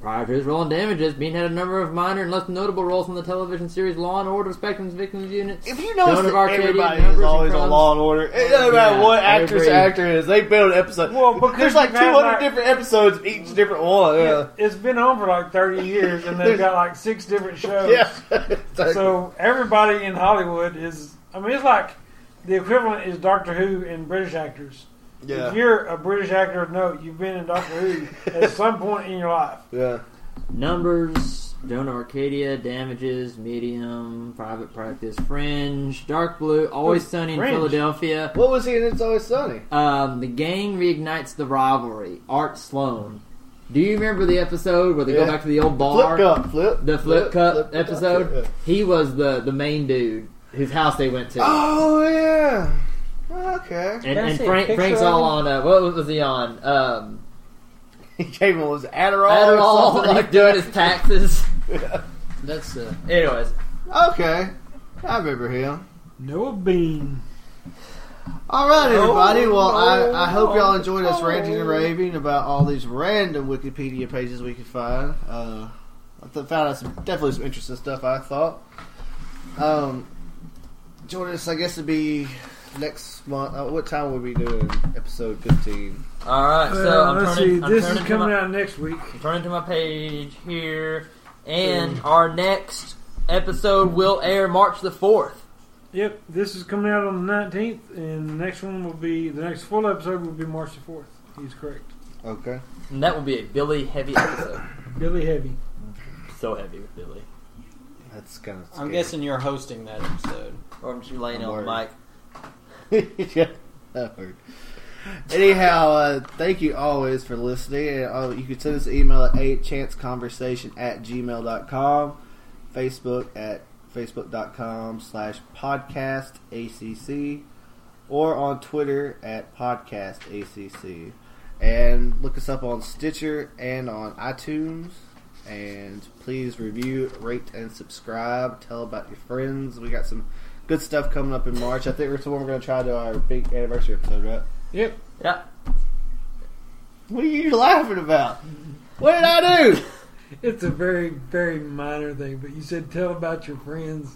[SPEAKER 5] Prior to his role in Damages, Bean had a number of minor and less notable roles in the television series Law and Order: Spectrum's Victims Unit.
[SPEAKER 1] If you notice
[SPEAKER 5] Joan of
[SPEAKER 1] that
[SPEAKER 5] Arcadia,
[SPEAKER 1] everybody
[SPEAKER 5] Numbers
[SPEAKER 1] is
[SPEAKER 5] and
[SPEAKER 1] always on
[SPEAKER 5] Crimes.
[SPEAKER 1] Law and Order, it doesn't matter
[SPEAKER 5] Yeah,
[SPEAKER 1] what
[SPEAKER 5] I
[SPEAKER 1] actress
[SPEAKER 5] agree.
[SPEAKER 1] actor is, they build an episode.
[SPEAKER 4] Well, because
[SPEAKER 1] there's like
[SPEAKER 4] you've had,
[SPEAKER 1] 200
[SPEAKER 4] like-
[SPEAKER 1] different episodes of each different one. Yeah,
[SPEAKER 4] It's been on for like 30 years, and they've got like six different shows.
[SPEAKER 1] yeah. It's like-
[SPEAKER 4] So everybody in Hollywood is. I mean, it's like the equivalent is Doctor Who and British actors.
[SPEAKER 1] yeah,
[SPEAKER 4] If you're a British actor of note, you've been in Doctor Who at some point in your life.
[SPEAKER 1] yeah.
[SPEAKER 5] Numbers, Jonah Arcadia, Damages, Medium, Private Practice, Fringe, Dark Blue, Always Sunny in
[SPEAKER 2] Fringe.
[SPEAKER 5] Philadelphia.
[SPEAKER 1] What was he in It's Always Sunny?
[SPEAKER 5] Um, the gang reignites the rivalry. Art Sloan. Do you remember the episode where they go
[SPEAKER 1] Yeah.
[SPEAKER 5] back to the old bar?
[SPEAKER 1] Flip Cup. Flip.
[SPEAKER 5] The flip, cup
[SPEAKER 1] flip
[SPEAKER 5] episode.
[SPEAKER 1] yeah.
[SPEAKER 5] He was the the main dude whose house they went to.
[SPEAKER 1] Oh, yeah. Okay.
[SPEAKER 5] and
[SPEAKER 2] Can I
[SPEAKER 5] and
[SPEAKER 2] see a
[SPEAKER 5] Frank
[SPEAKER 2] picture
[SPEAKER 5] Frank's
[SPEAKER 2] of
[SPEAKER 5] all
[SPEAKER 2] him?
[SPEAKER 5] on uh, what was he on? Um,
[SPEAKER 1] He gave him his Adderall. Or
[SPEAKER 5] Adderall.
[SPEAKER 1] something
[SPEAKER 5] Like
[SPEAKER 1] like
[SPEAKER 5] doing
[SPEAKER 1] that.
[SPEAKER 5] his taxes.
[SPEAKER 2] That's uh,
[SPEAKER 5] Anyways,
[SPEAKER 1] Okay. I remember him.
[SPEAKER 4] Noah Bean.
[SPEAKER 1] All right, everybody. Well, I, I hope y'all
[SPEAKER 4] oh,
[SPEAKER 1] enjoyed us
[SPEAKER 4] oh.
[SPEAKER 1] ranting and raving about all these random Wikipedia pages we could find. Uh, I th- found out some definitely some interesting stuff. I thought. Um, join us. I guess it'd be next month. Uh, what time will we be doing episode fifteen?
[SPEAKER 5] all right. So
[SPEAKER 4] Uh,
[SPEAKER 5] I'm
[SPEAKER 4] let's
[SPEAKER 5] turning.
[SPEAKER 4] see.
[SPEAKER 5] I'm
[SPEAKER 4] this is
[SPEAKER 5] turning to my-
[SPEAKER 4] coming out next week.
[SPEAKER 5] Turning to my page here, and our next episode will air March the fourth.
[SPEAKER 4] Yep, this is coming out on the 19th, and the next one will be the next full episode will be March the 4th. He's correct.
[SPEAKER 1] Okay.
[SPEAKER 5] And that will be a Billy heavy episode.
[SPEAKER 4] Billy Heavy.
[SPEAKER 5] so heavy with Billy.
[SPEAKER 1] That's kind of.
[SPEAKER 2] I'm guessing you're hosting that episode.
[SPEAKER 5] Or I'm just laying
[SPEAKER 1] I'm
[SPEAKER 5] on
[SPEAKER 1] worried.
[SPEAKER 5] Mike.
[SPEAKER 1] yeah, that hurt. Anyhow, uh, thank you always for listening. And, uh, you can send us an email at 8chanceconversation at gmail.com, Facebook at facebook.com slash podcast ACC, or on Twitter at podcast ACC. And look us up on Stitcher and on iTunes. And please review, rate, and subscribe. Tell about your friends. We got some good stuff coming up in March. I think that's when we're going to try to do our big anniversary episode, right?
[SPEAKER 4] Yep.
[SPEAKER 5] Yeah.
[SPEAKER 1] What are you laughing about? What did I do?
[SPEAKER 4] It's a very, very minor thing, but you said tell about your friends.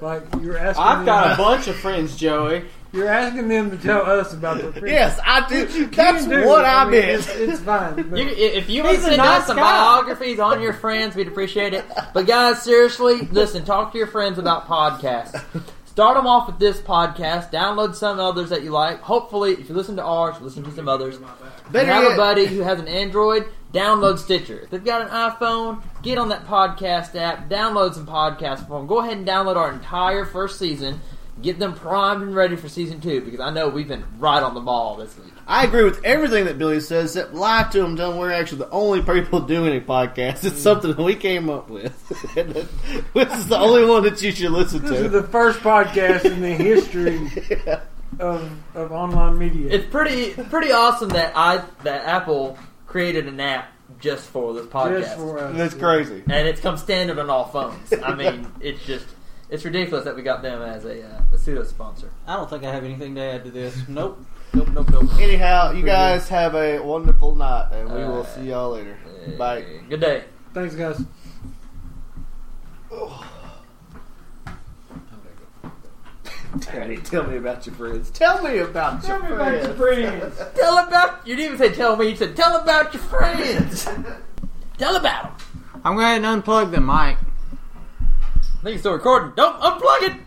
[SPEAKER 4] Like you're asking,
[SPEAKER 2] I've got a
[SPEAKER 4] them,
[SPEAKER 2] bunch of friends, Joey.
[SPEAKER 4] you're asking them to tell us about their friends.
[SPEAKER 1] Yes, I did. That's
[SPEAKER 4] You do.
[SPEAKER 1] what I
[SPEAKER 4] mean,
[SPEAKER 1] meant.
[SPEAKER 4] It's, it's fine. But
[SPEAKER 5] You, if you want to
[SPEAKER 2] He's a
[SPEAKER 5] send us
[SPEAKER 2] nice
[SPEAKER 5] some
[SPEAKER 2] guy.
[SPEAKER 5] biographies on your friends, we'd appreciate it. But guys, seriously, listen, talk to your friends about podcasts. Start them off with this podcast. Download some others that you like. Hopefully, if you listen to ours, listen to some others.
[SPEAKER 1] Better
[SPEAKER 5] you have
[SPEAKER 1] yet-
[SPEAKER 5] a buddy who has an Android, download Stitcher. If they've got an iPhone, get on that podcast app, download some podcasts for them. Go ahead and download our entire first season. Get them primed and ready for season two because I know we've been right on the ball this week.
[SPEAKER 1] I agree with everything that Billy says, except lie to him. Don't we're actually the only people doing a podcast. It's something that we came up with. this is the only one that you should listen
[SPEAKER 4] this is
[SPEAKER 1] to.
[SPEAKER 4] the first podcast in the history of, of online media.
[SPEAKER 5] It's pretty pretty awesome that I that Apple created an app just for this podcast,
[SPEAKER 4] Just for us.
[SPEAKER 1] That's crazy.
[SPEAKER 5] and it's come standard on all phones. I mean, it's just it's ridiculous that we got them as a, uh, a pseudo sponsor.
[SPEAKER 2] I don't think I have anything to add to this. Nope. Nope, nope, nope.
[SPEAKER 1] Anyhow, you guys have a wonderful night, and we will see y'all later. Bye.
[SPEAKER 5] Uh, Good day.
[SPEAKER 4] Thanks, guys.
[SPEAKER 1] Daddy, tell me about your friends. Tell me about your friends.
[SPEAKER 4] friends.
[SPEAKER 5] Tell about you didn't even say tell me. You said tell about your friends. tell about them.
[SPEAKER 2] I'm going to unplug the mic.
[SPEAKER 5] I think it's still recording. Don't unplug it.